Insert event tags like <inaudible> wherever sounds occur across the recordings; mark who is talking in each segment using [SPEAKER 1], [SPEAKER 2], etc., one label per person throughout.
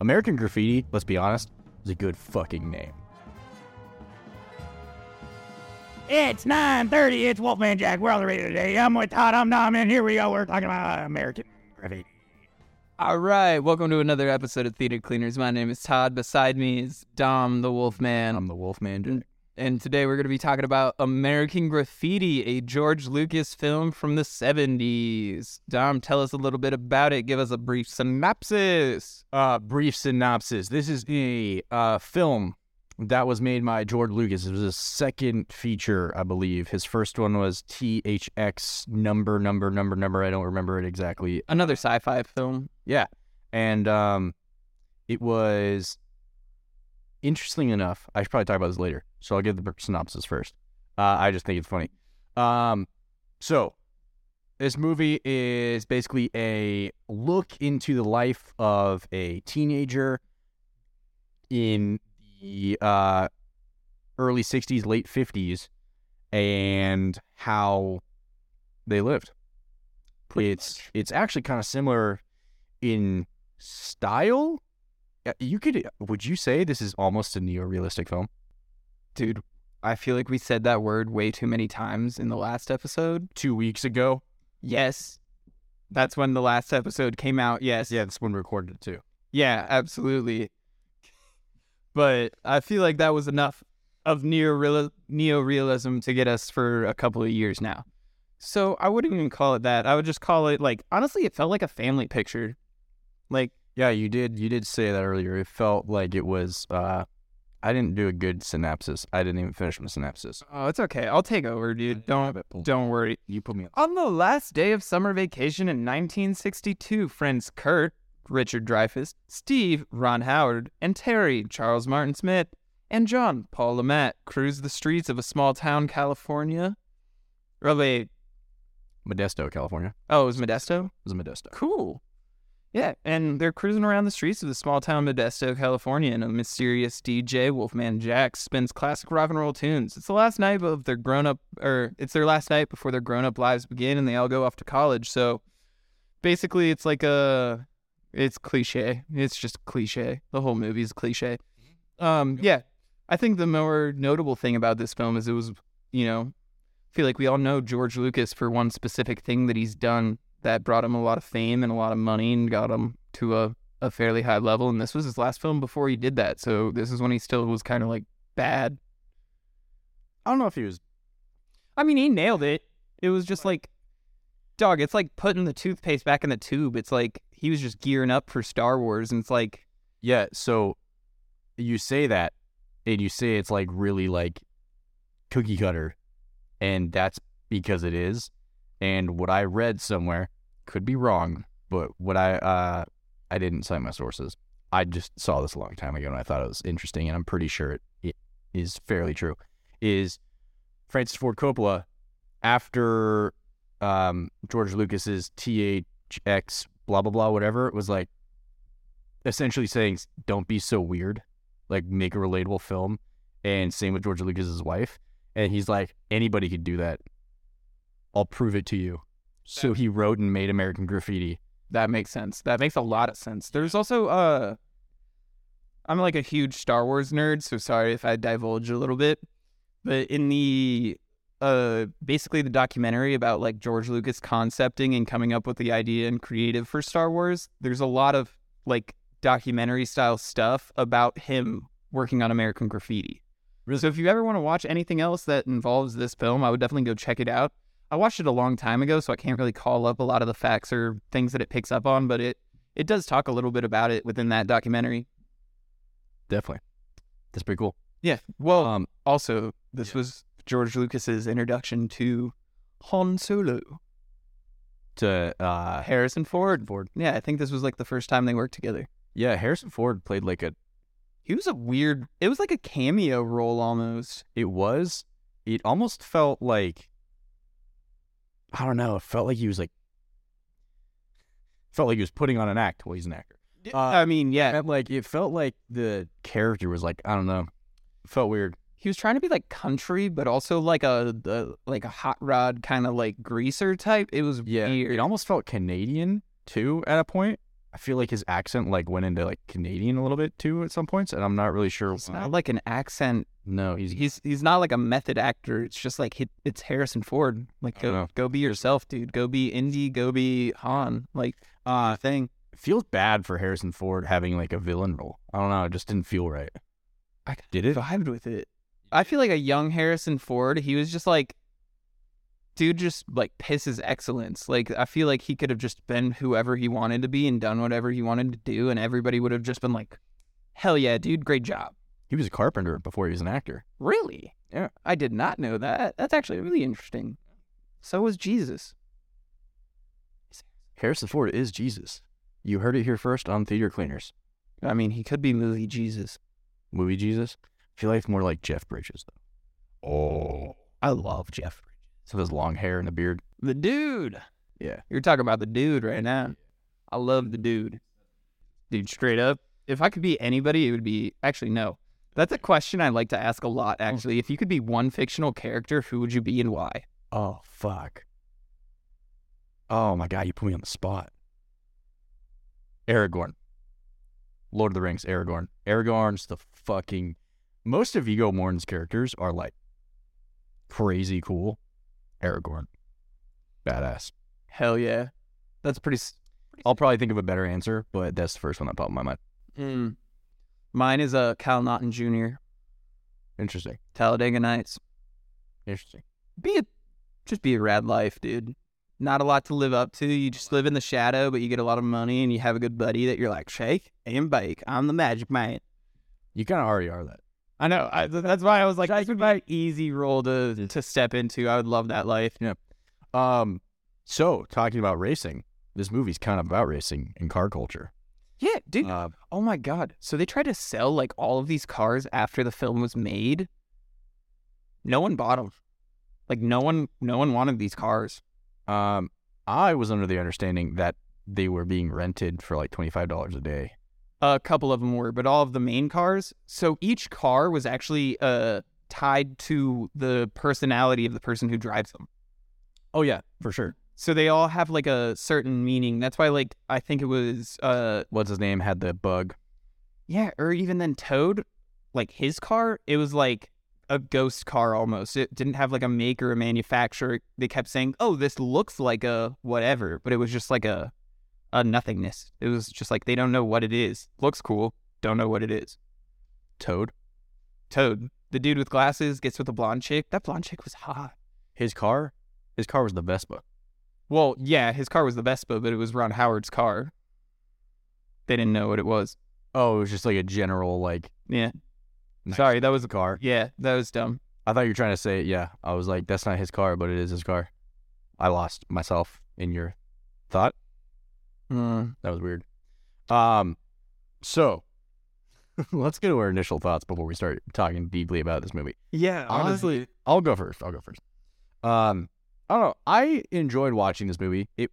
[SPEAKER 1] American Graffiti, let's be honest, is a good fucking name. It's 9.30, it's Wolfman Jack, we're on the radio today. I'm with Todd, I'm Dom, and here we go, we're talking about American Graffiti.
[SPEAKER 2] All right, welcome to another episode of Theater Cleaners. My name is Todd. Beside me is Dom the Wolfman.
[SPEAKER 1] I'm the Wolfman Jack.
[SPEAKER 2] and today we're going to be talking about American Graffiti, a George Lucas film from the 70s. Dom, tell us a little bit about it. Give us a brief synopsis.
[SPEAKER 1] uh, brief synopsis. This is a uh, film that was made by George Lucas. It was his second feature, I believe. His first one was THX number, number, number, number. I don't remember it exactly.
[SPEAKER 2] Another sci fi film.
[SPEAKER 1] Yeah. And um, it was interesting enough. I should probably talk about this later. So I'll give the b- synopsis first. Uh, I just think it's funny. Um, so this movie is basically a look into the life of a teenager in the uh, early 60s, late 50s, and how they lived.
[SPEAKER 2] Pretty
[SPEAKER 1] it's
[SPEAKER 2] much.
[SPEAKER 1] it's actually kind of similar in style. Uh, You could would you say this is almost a neo-realistic film?
[SPEAKER 2] Dude, I feel like we said that word way too many times in the last episode.
[SPEAKER 1] Two weeks ago,
[SPEAKER 2] Yes. That's when the last episode came out. Yes.
[SPEAKER 1] yeah, that's when we recorded it too.
[SPEAKER 2] Yeah, absolutely. But I feel like that was enough of neo neo-realism to get us for a couple of years now. So I wouldn't even call it that. I would just call it like honestly, it felt like a family picture. Like
[SPEAKER 1] Yeah, you did. You did say that earlier. It felt like it was. Uh, I didn't do a good synopsis. I didn't even finish my synopsis.
[SPEAKER 2] oh, it's okay. I'll take over, dude. Don't don't worry.
[SPEAKER 1] You put me on.
[SPEAKER 2] On the last day of summer vacation in 1962, friends Kurt, Richard Dreyfuss, Steve, Ron Howard, and Terry, Charles Martin Smith, and John, Paul Lamette, cruise the streets of a small town, California. Or wait,
[SPEAKER 1] Modesto, California.
[SPEAKER 2] oh, it was Modesto?
[SPEAKER 1] It was Modesto.
[SPEAKER 2] Cool. Yeah, and they're cruising around the streets of the small town Modesto, California, and a mysterious DJ, Wolfman Jack, spins classic rock and roll tunes. It's the last night of their grown up, or it's their last night before their grown up lives begin, and they all go off to college. So basically, it's like a, it's cliche. It's just cliche. The whole movie's cliche. Um, yeah, I think the more notable thing about this film is it was, you know, feel like we all know George Lucas for one specific thing that he's done that brought him a lot of fame and a lot of money and got him to a, a fairly high level. And this was his last film before he did that. So this is when he still was kind of like bad.
[SPEAKER 1] I don't know if he was.
[SPEAKER 2] I mean, he nailed it. It was just like, dog, it's like putting the toothpaste back in the tube. It's like he was just gearing up for Star Wars. And it's like,
[SPEAKER 1] Yeah. So you say that, and you say it's like really like cookie cutter, and that's because it is. And what I read somewhere could be wrong, but what I uh, I didn't cite my sources. I just saw this a long time ago, and I thought it was interesting, and I'm pretty sure it, it is fairly true. Is Francis Ford Coppola after um, George Lucas's THX blah blah blah whatever was like essentially saying don't be so weird like make a relatable film and same with george lucas's wife and he's like anybody could do that i'll prove it to you so he wrote and made american graffiti
[SPEAKER 2] that makes sense. That makes a lot of sense. There's also, uh, I'm like a huge Star Wars nerd, so sorry if I divulge a little bit. But in the uh basically the documentary about like George Lucas concepting and coming up with the idea and creative for Star Wars, there's a lot of like documentary style stuff about him working on American Graffiti. So if you ever want to watch anything else that involves this film, I would definitely go check it out. I watched it a long time ago, so I can't really call up a lot of the facts or things that it picks up on, but it it does talk a little bit about it within that documentary.
[SPEAKER 1] definitely that's pretty cool
[SPEAKER 2] Yeah. Well,
[SPEAKER 1] um
[SPEAKER 2] also, this
[SPEAKER 1] yeah.
[SPEAKER 2] was George Lucas's introduction to Han Solo,
[SPEAKER 1] to uh
[SPEAKER 2] Harrison Ford. Ford. Yeah, I think this was like the first time they worked together.
[SPEAKER 1] yeah harrison ford played like a
[SPEAKER 2] He was a weird. It was like a cameo role almost.
[SPEAKER 1] it was it almost felt like i don't know it felt like he was like felt like he was putting on an act well he's an actor Uh,
[SPEAKER 2] I mean, yeah,
[SPEAKER 1] And like it felt like the character was like I don't know, felt weird.
[SPEAKER 2] he was trying to be like country, but also like a, a like a hot rod kind of like greaser type. It was
[SPEAKER 1] Yeah,
[SPEAKER 2] weird.
[SPEAKER 1] it almost felt Canadian too at a point. I feel like his accent like went into like Canadian a little bit too at some points, and I'm not really sure.
[SPEAKER 2] It's
[SPEAKER 1] why.
[SPEAKER 2] not like an accent.
[SPEAKER 1] no, he's
[SPEAKER 2] He's he's not like a method actor. It's just like he, it's Harrison Ford. Like
[SPEAKER 1] I don't
[SPEAKER 2] go,
[SPEAKER 1] know.
[SPEAKER 2] go be yourself, dude. Go be indie. Go be Han. Like
[SPEAKER 1] uh thing. It feels bad for Harrison Ford having like a villain role. I don't know. It just didn't feel right.
[SPEAKER 2] I
[SPEAKER 1] did it.
[SPEAKER 2] vibed with it. I feel like a young Harrison Ford. He was just like, dude, just like pisses excellence. Like I feel like he could have just been whoever he wanted to be and done whatever he wanted to do, and everybody would have just been like, hell yeah, dude, great job.
[SPEAKER 1] He was a carpenter before he was an actor.
[SPEAKER 2] Really?
[SPEAKER 1] Yeah.
[SPEAKER 2] I did not know that. That's actually really interesting. So was Jesus.
[SPEAKER 1] Harrison Ford is Jesus. You heard it here first on Theater Cleaners.
[SPEAKER 2] I mean, he could be movie Jesus.
[SPEAKER 1] Movie Jesus. I feel like it's more like Jeff Bridges though. Oh,
[SPEAKER 2] I love Jeff.
[SPEAKER 1] so his long hair and the beard.
[SPEAKER 2] The dude.
[SPEAKER 1] Yeah.
[SPEAKER 2] You're talking about the dude right now. I love the dude. Dude, straight up. If I could be anybody, it would be actually no. That's a question I like to ask a lot, actually. If you could be one fictional character, who would you be and why?
[SPEAKER 1] Oh fuck. Oh my god, you put me on the spot. Aragorn. Lord of the Rings, Aragorn. Aragorn's the fucking most of Vigo Morton's characters are like crazy cool. Aragorn. Badass.
[SPEAKER 2] Hell yeah. That's pretty s-
[SPEAKER 1] I'll probably think of a better answer, but that's the first one that popped in my mind.
[SPEAKER 2] mm. Mine is uh, Cal Naughton Jr.,
[SPEAKER 1] Interesting.
[SPEAKER 2] Talladega Nights.
[SPEAKER 1] Interesting.
[SPEAKER 2] Be a just be a rad life, dude. Not a lot to live up to. You just live in the shadow, but you get a lot of money and you have a good buddy that you're like, shake and bake. I'm the magic man.
[SPEAKER 1] You kind of already are that.
[SPEAKER 2] I know. I, th- that's why I was like, this would be an easy role to to step into. I would love that life.
[SPEAKER 1] Um, so talking about racing, this movie's kind of about racing and car culture.
[SPEAKER 2] Yeah, dude.
[SPEAKER 1] Um,
[SPEAKER 2] oh my god. So they tried to sell like all of these cars after the film was made. No one bought them. Like no one, no one wanted these cars.
[SPEAKER 1] Um, I was under the understanding that they were being rented for like twenty five dollars a day.
[SPEAKER 2] A couple of them were, but all of the main cars. So each car was actually uh tied to the personality of the person who drives them.
[SPEAKER 1] Oh yeah, for sure.
[SPEAKER 2] So they all have like a certain meaning. That's why, like, I think it was uh
[SPEAKER 1] What's his name had the bug?
[SPEAKER 2] Yeah, or even then Toad, like his car, it was like a ghost car almost. It didn't have like a make or a manufacturer. They kept saying, "Oh, this looks like a whatever," but it was just like a a nothingness. It was just like they don't know what it is. Looks cool, don't know what it is.
[SPEAKER 1] Toad.
[SPEAKER 2] Toad, the dude with glasses, gets with a blonde chick. That blonde chick was hot.
[SPEAKER 1] His car. His car was the Vespa.
[SPEAKER 2] Well, yeah, his car was the Vespa, but it was Ron Howard's car. They didn't know what it was.
[SPEAKER 1] Oh, it was just like a general like.
[SPEAKER 2] Yeah,
[SPEAKER 1] nice
[SPEAKER 2] sorry, that was a
[SPEAKER 1] car.
[SPEAKER 2] yeah, that was dumb.
[SPEAKER 1] I thought you were trying to say yeah. I was like, that's not his car, but it is his car. I lost myself in your thought.
[SPEAKER 2] Mm.
[SPEAKER 1] That was weird. Um, so <laughs> let's get to our initial thoughts before we start talking deeply about this movie.
[SPEAKER 2] Yeah,
[SPEAKER 1] honestly- I'll go first. I'll go first. Um, I don't know. I enjoyed watching this movie. It.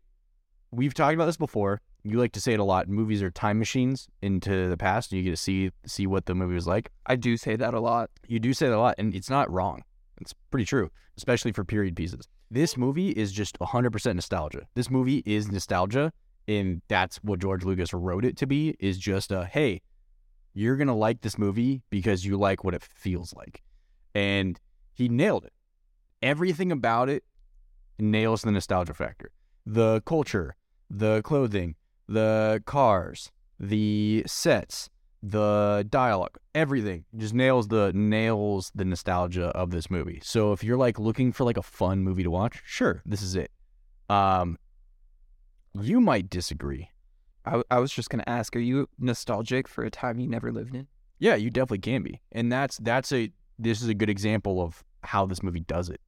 [SPEAKER 1] We've talked about this before. You like to say it a lot. Movies are time machines into the past, and you get to see see what the movie was like.
[SPEAKER 2] I do say that a lot.
[SPEAKER 1] You do say that a lot, and it's not wrong. It's pretty true, especially for period pieces. This movie is just 100% nostalgia. This movie is nostalgia, and that's what George Lucas wrote it to be is just a hey, you're going to like this movie because you like what it feels like. And he nailed it. Everything about it nails the nostalgia factor. The culture, the clothing, the cars, the sets, the dialogue, everything just nails the nails the nostalgia of this movie. So if you're like looking for like a fun movie to watch, sure, this is it. Um you might disagree.
[SPEAKER 2] I, I was just gonna ask, are you nostalgic for a time you never lived in?
[SPEAKER 1] Yeah, you definitely can be. And that's that's a this is a good example of how this movie does it.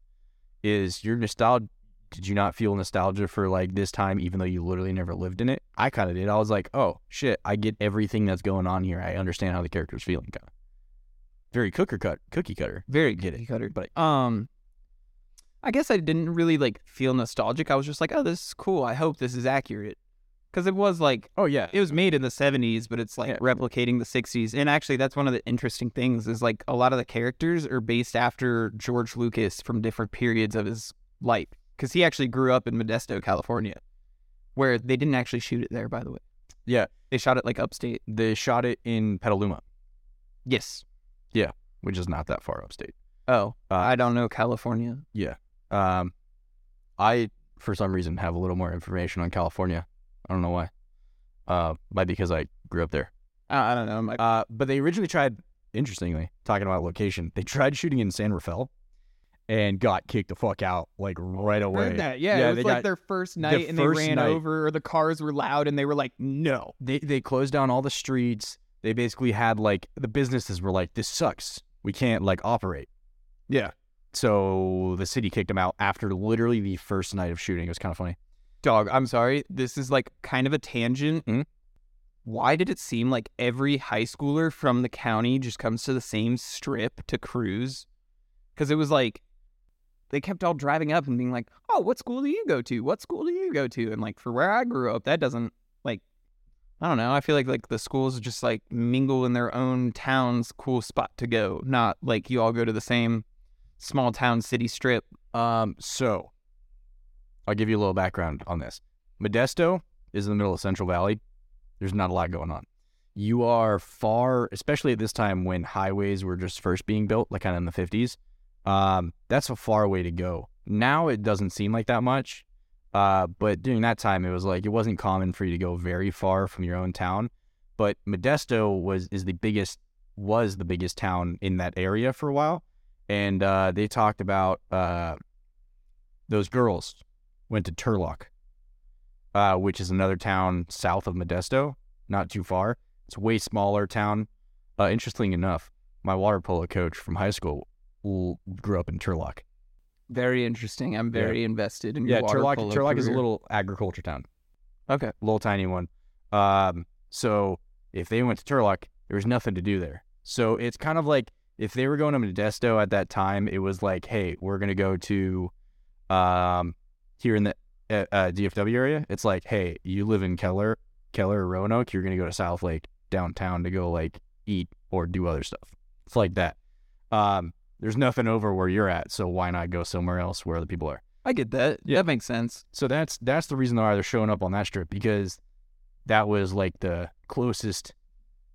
[SPEAKER 1] Is your nostalgia did you not feel nostalgia for like this time even though you literally never lived in it? I kind of did. I was like, "Oh, shit, I get everything that's going on here. I understand how the character's feeling." Kind of. Very cooker cut, cookie cutter.
[SPEAKER 2] Very
[SPEAKER 1] Get it.
[SPEAKER 2] cookie cutter.
[SPEAKER 1] But-
[SPEAKER 2] um, I guess I didn't really like feel nostalgic. I was just like, oh, this is cool. I hope this is accurate, because it was like
[SPEAKER 1] Oh yeah.
[SPEAKER 2] it was made in the '70s, but it's like
[SPEAKER 1] Yeah.
[SPEAKER 2] replicating the '60s. And actually, that's one of the interesting things is like a lot of the characters are based after George Lucas from different periods of his life, because he actually grew up in Modesto, California, where they didn't actually shoot it there, by the way.
[SPEAKER 1] Yeah.
[SPEAKER 2] They shot it like upstate.
[SPEAKER 1] They shot it in Petaluma,
[SPEAKER 2] Yes.
[SPEAKER 1] which is not that far upstate.
[SPEAKER 2] Oh,
[SPEAKER 1] Uh,
[SPEAKER 2] I don't know California.
[SPEAKER 1] Um, I for some reason have a little more information on California. I don't know why. Uh, might because I grew up there.
[SPEAKER 2] I, I don't know. My,
[SPEAKER 1] Uh, but they originally tried, interestingly, talking about location, they tried shooting in San Rafael and got kicked the fuck out like right away.
[SPEAKER 2] Oh, heard that. Yeah,
[SPEAKER 1] Yeah,
[SPEAKER 2] it
[SPEAKER 1] they
[SPEAKER 2] was like
[SPEAKER 1] got-
[SPEAKER 2] their first night, and
[SPEAKER 1] first
[SPEAKER 2] they ran
[SPEAKER 1] night.
[SPEAKER 2] over, or the cars were loud, and they were like, "No."
[SPEAKER 1] They they closed down all the streets. They basically had like the businesses were like, this sucks. We can't like operate.
[SPEAKER 2] Yeah.
[SPEAKER 1] So the city kicked them out after literally the first night of shooting. It was kind of funny.
[SPEAKER 2] Dog, I'm sorry. This is like kind of a tangent.
[SPEAKER 1] Mhm.
[SPEAKER 2] Why did it seem like every high schooler from the county just comes to the same strip to cruise? Because it was like they kept all driving up and being like, "Oh, what school do you go to? What school do you go to?" And like for where I grew up, that doesn't like I don't know. I feel like like the schools just like mingle in their own town's cool spot to go, not like you all go to the same small town city strip.
[SPEAKER 1] Um, so I'll give you a little background on this. Modesto is in the middle of Central Valley. There's not a lot going on. You are far, especially at this time when highways were just first being built, like kind of in the 50s. Um, that's a far way to go. Now it doesn't seem like that much. Uh, but during that time, it was like it wasn't common for you to go very far from your own town. But Modesto was is the biggest was the biggest town in that area for a while and uh, they talked about uh, those girls went to Turlock, uh, which is another town south of Modesto, not too far. It's a way smaller town. Uh, interesting enough, my water polo coach from high school l- grew up in Turlock.
[SPEAKER 2] Very interesting. I'm
[SPEAKER 1] Yeah.
[SPEAKER 2] very invested in
[SPEAKER 1] Yeah,
[SPEAKER 2] your water
[SPEAKER 1] Turlock.
[SPEAKER 2] polo
[SPEAKER 1] Turlock is a
[SPEAKER 2] career.
[SPEAKER 1] little agriculture town.
[SPEAKER 2] Okay.
[SPEAKER 1] little tiny one. Um, so if they went to Turlock, there was nothing to do there. So it's kind of like if they were going to Modesto at that time, it was like, hey, we're gonna go to, um, here in the uh, uh, DFW area. It's like, hey, you live in Keller, Keller or Roanoke, you're gonna go to South Lake downtown to go like eat or do other stuff. It's like that. Um, there's nothing over where you're at, so why not go somewhere else where other people are?
[SPEAKER 2] I get that. That makes sense.
[SPEAKER 1] So that's that's the reason why they're showing up on that strip because that was like the closest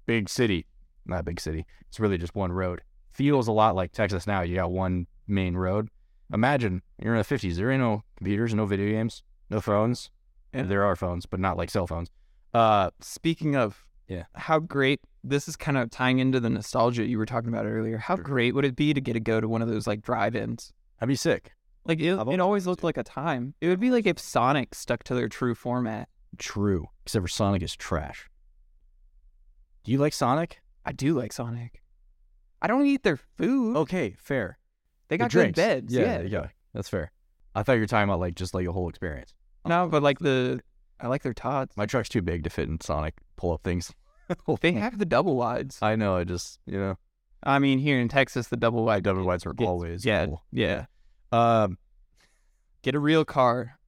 [SPEAKER 1] big city, not big city. It's really just one road. Feels a lot like Texas now. You got one main road. Imagine you're in the fifties. There ain't no computers, no video games, no phones.
[SPEAKER 2] Yeah.
[SPEAKER 1] There are phones, but not like cell phones. Uh,
[SPEAKER 2] Speaking of
[SPEAKER 1] Yeah.
[SPEAKER 2] how great this is kind of tying into the nostalgia you were talking about earlier. How
[SPEAKER 1] Sure.
[SPEAKER 2] great would it be to get to go to one of those like drive-ins?
[SPEAKER 1] I'd be sick.
[SPEAKER 2] Like it,
[SPEAKER 1] I've always
[SPEAKER 2] it always
[SPEAKER 1] wanted
[SPEAKER 2] looked
[SPEAKER 1] to.
[SPEAKER 2] like a time. It would be like if Sonic stuck to their true format.
[SPEAKER 1] True, except for Sonic is trash. Do you like Sonic?
[SPEAKER 2] I do like Sonic. I don't eat their food.
[SPEAKER 1] Okay, fair.
[SPEAKER 2] they
[SPEAKER 1] The
[SPEAKER 2] got good
[SPEAKER 1] Oh, drinks.
[SPEAKER 2] beds.
[SPEAKER 1] yeah, yeah, that's fair. I thought you were talking about like just like a whole experience.
[SPEAKER 2] No,
[SPEAKER 1] <laughs>
[SPEAKER 2] but like the I like their tots.
[SPEAKER 1] My truck's too big to fit in Sonic pull up things. <laughs>
[SPEAKER 2] they have the double wides.
[SPEAKER 1] I know. I just you know
[SPEAKER 2] I mean, here in Texas, the double wide
[SPEAKER 1] double wides are
[SPEAKER 2] gets-
[SPEAKER 1] always
[SPEAKER 2] yeah,
[SPEAKER 1] cool.
[SPEAKER 2] yeah.
[SPEAKER 1] Um,
[SPEAKER 2] Get a real car.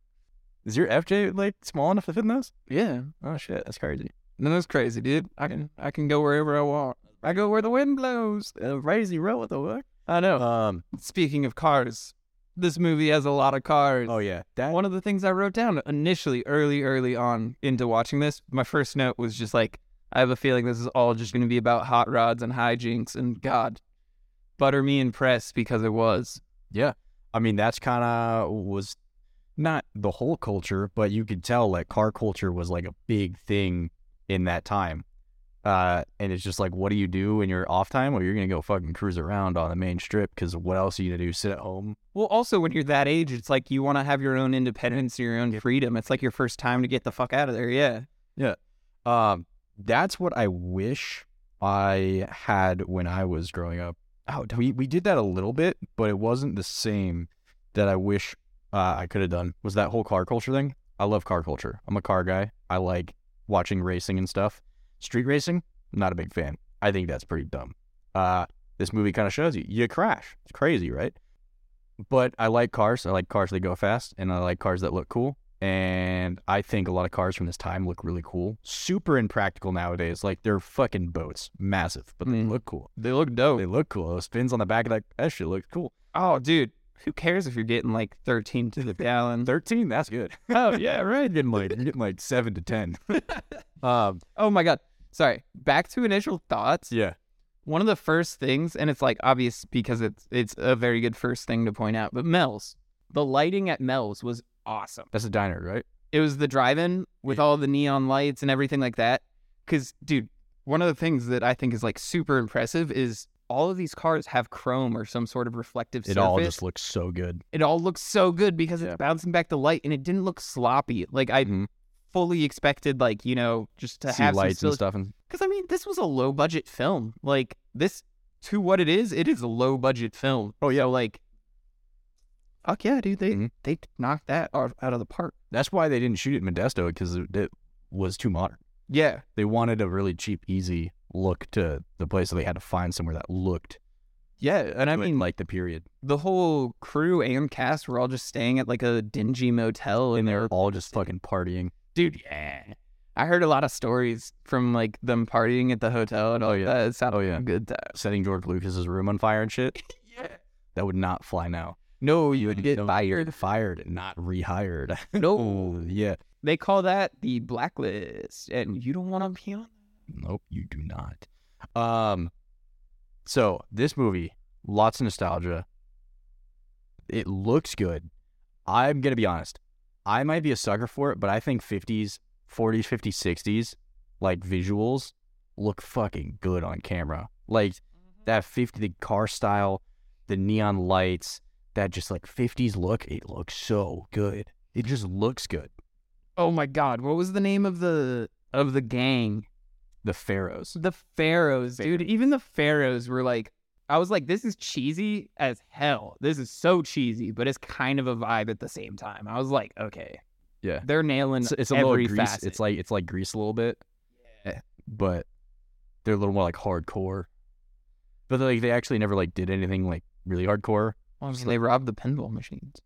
[SPEAKER 1] is your FJ like small enough to fit in those?
[SPEAKER 2] Yeah.
[SPEAKER 1] Oh shit, that's crazy.
[SPEAKER 2] No, that's crazy, dude. I can I can go wherever I want. I go where the wind blows.
[SPEAKER 1] Uh, crazy row what the fuck?
[SPEAKER 2] I know.
[SPEAKER 1] Um.
[SPEAKER 2] Speaking of cars, this movie has a lot of cars.
[SPEAKER 1] Oh yeah. That.
[SPEAKER 2] One of the things I wrote down initially, early, early on into watching this, my first note was just like, I have a feeling this is all just going to be about hot rods and hijinks, and God, butter me impressed because it was.
[SPEAKER 1] Yeah. I mean, that's kind of was not the whole culture, but you could tell like car culture was like a big thing in that time. Uh, and it's just like, what do you do in your off time? Well, you're gonna go fucking cruise around on the main strip because what else are you gonna do? Sit at home?
[SPEAKER 2] Well, also when you're that age, it's like you want to have your own independence, your own freedom. It's like your first time to get the fuck out of there. Yeah.
[SPEAKER 1] Um, that's what I wish I had when I was growing up. Oh, we we did that a little bit, but it wasn't the same that I wish uh, I could have done. Was that whole car culture thing? I love car culture. I'm a car guy. I like watching racing and stuff. Street racing, not a big fan. I think that's pretty dumb. Uh, this movie kind of shows you you crash. It's crazy, right? But I like cars. I like cars that go fast, and I like cars that look cool and I think a lot of cars from this time look really cool. Super impractical nowadays. Like they're fucking boats, massive, but they
[SPEAKER 2] Mm.
[SPEAKER 1] look cool.
[SPEAKER 2] They look dope.
[SPEAKER 1] They look cool. Those fins on the back of that that shit looks cool.
[SPEAKER 2] Oh, dude, who cares if you're getting like 13 to
[SPEAKER 1] <laughs>
[SPEAKER 2] the gallon?
[SPEAKER 1] Thirteen, that's
[SPEAKER 2] <laughs>
[SPEAKER 1] good.
[SPEAKER 2] oh, yeah, right.
[SPEAKER 1] You're
[SPEAKER 2] <laughs>
[SPEAKER 1] getting like you're getting like seven to ten. um,
[SPEAKER 2] Oh, my God. Sorry. Back to initial thoughts.
[SPEAKER 1] yeah,
[SPEAKER 2] One of the first things, and it's like obvious because it's it's a very good first thing to point out, but Mel's, the lighting at Mel's was awesome.
[SPEAKER 1] that's a diner, right?
[SPEAKER 2] It was the drive-in with all the neon lights and everything like that. Because, dude, one of the things that I think is like super impressive is all of these cars have chrome or some sort of reflective
[SPEAKER 1] It
[SPEAKER 2] surface.
[SPEAKER 1] all just looks so good.
[SPEAKER 2] it all looks so good because it's
[SPEAKER 1] Yeah.
[SPEAKER 2] bouncing back the light, and it didn't look sloppy. Like I
[SPEAKER 1] Mhm.
[SPEAKER 2] fully expected, like you know, just to
[SPEAKER 1] See
[SPEAKER 2] have
[SPEAKER 1] lights
[SPEAKER 2] some
[SPEAKER 1] and stuff, and
[SPEAKER 2] Because I mean, this was a low budget film. Like this, to what it is, it is a low budget film.
[SPEAKER 1] oh yeah,
[SPEAKER 2] So like, fuck yeah, dude, they
[SPEAKER 1] Mhm.
[SPEAKER 2] they knocked that out out of the park.
[SPEAKER 1] that's why they didn't shoot it in Modesto because it, it was too modern.
[SPEAKER 2] Yeah,
[SPEAKER 1] They wanted a really cheap, easy look to the place, so they had to find somewhere that looked.
[SPEAKER 2] yeah, and I mean,
[SPEAKER 1] like the period,
[SPEAKER 2] the whole crew and cast were all just staying at like a dingy motel, and they were
[SPEAKER 1] all just fucking partying.
[SPEAKER 2] dude, yeah. I heard a lot of stories from like them partying at the hotel and all
[SPEAKER 1] Oh, yeah.
[SPEAKER 2] that. It sounded
[SPEAKER 1] Oh, yeah.
[SPEAKER 2] like a good time.
[SPEAKER 1] setting George Lucas's room on fire and shit.
[SPEAKER 2] Yeah.
[SPEAKER 1] That would not fly now. Mm,
[SPEAKER 2] No, you would get
[SPEAKER 1] No,
[SPEAKER 2] fired.
[SPEAKER 1] Fired, and not rehired.
[SPEAKER 2] <laughs> No.
[SPEAKER 1] oh yeah.
[SPEAKER 2] They call that the blacklist, and you don't want to be on.
[SPEAKER 1] Nope, you do not. Um, so this movie, lots of nostalgia. It looks good. I'm gonna be honest. I might be a sucker for it, but I think 50s, 40s, 50s, 60s, like visuals, look fucking good on camera. Like that 50 the car style, the neon lights, that just like 50s look. It looks so good. It just looks good.
[SPEAKER 2] Oh my God! What was the name of the of the gang?
[SPEAKER 1] The Pharaohs.
[SPEAKER 2] The Pharaohs, dude. Even the Pharaohs were like, I was like, this is cheesy as hell. This is so cheesy, but it's kind of a vibe at the same time. I was like, okay,
[SPEAKER 1] Yeah.
[SPEAKER 2] they're nailing
[SPEAKER 1] it's, it's a little
[SPEAKER 2] every
[SPEAKER 1] grease.
[SPEAKER 2] facet.
[SPEAKER 1] It's like it's like grease a little bit. But they're a little more like hardcore. But like they actually never like did anything like really hardcore.
[SPEAKER 2] Obviously, they robbed the pinball machines,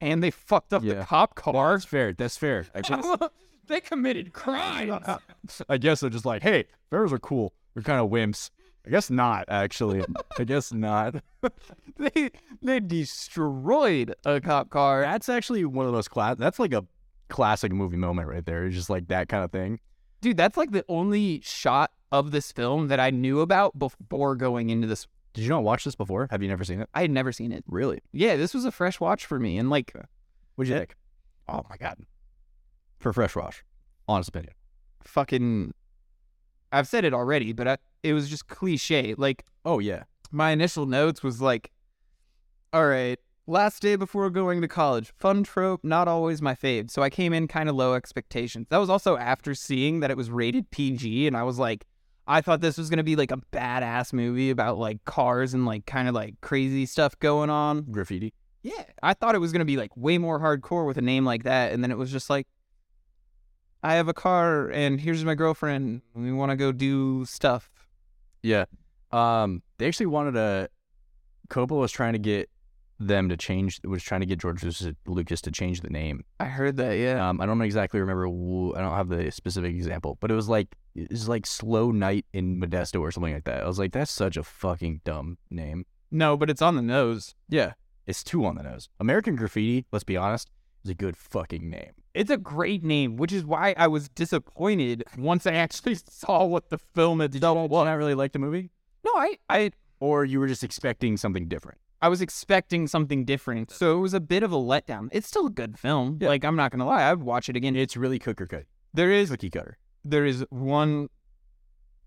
[SPEAKER 2] and they fucked up
[SPEAKER 1] Yeah.
[SPEAKER 2] the cop car.
[SPEAKER 1] fair. That's fair. I
[SPEAKER 2] <laughs>
[SPEAKER 1] <laughs>
[SPEAKER 2] they committed crimes. <laughs>
[SPEAKER 1] I guess they're just like, hey, bears are cool. They're kind of wimps. I guess not, <laughs> actually. I guess not.
[SPEAKER 2] <laughs> they they destroyed a cop car.
[SPEAKER 1] That's actually one of those class. That's like a classic movie moment right there. It's just like that kind of thing.
[SPEAKER 2] Dude, that's like the only shot of this film that I knew about before going into this.
[SPEAKER 1] Did you not watch this before? Have you never seen it?
[SPEAKER 2] I had never seen it.
[SPEAKER 1] Really?
[SPEAKER 2] Yeah, this was a fresh watch for me. And like
[SPEAKER 1] What'd you
[SPEAKER 2] Yeah.
[SPEAKER 1] think? Oh my god. For Fresh Wash, honest opinion.
[SPEAKER 2] fucking I've said it already, but I, it was just cliche. Like
[SPEAKER 1] Oh yeah.
[SPEAKER 2] my initial notes was like all right, last day before going to college. Fun trope, not always my fave. So I came in kind of low expectations. That was also after seeing that it was rated PG and I was like I thought this was going to be like a badass movie about like cars and like kind of like crazy stuff going on.
[SPEAKER 1] Graffiti.
[SPEAKER 2] Yeah, I thought it was going to be like way more hardcore with a name like that. And then it was just like, I have a car and here's my girlfriend. We want to go do stuff.
[SPEAKER 1] Yeah. Um, they actually wanted to. Coppola was trying to get them to change. Was trying to get George Lucas, Lucas to change the name.
[SPEAKER 2] I heard that, yeah.
[SPEAKER 1] Um, I don't exactly remember. wh- I don't have the specific example, but it was like it was like Slow Night in Modesto or something like that. I was like, that's such a fucking dumb name.
[SPEAKER 2] No, but it's on the nose.
[SPEAKER 1] Yeah, it's two on the nose. American Graffiti. Let's be honest, is a good fucking name.
[SPEAKER 2] It's a great name, which is why I was disappointed once I actually <laughs> saw what the film had done.
[SPEAKER 1] well, not really like the movie,
[SPEAKER 2] No, I, I,
[SPEAKER 1] or you were just expecting something different.
[SPEAKER 2] I was expecting something different. So it was a bit of a letdown. It's still a good film.
[SPEAKER 1] Yeah.
[SPEAKER 2] Like, I'm not going to lie. I'd watch it again.
[SPEAKER 1] It's really cooker cut,
[SPEAKER 2] there is
[SPEAKER 1] cookie cutter.
[SPEAKER 2] there is one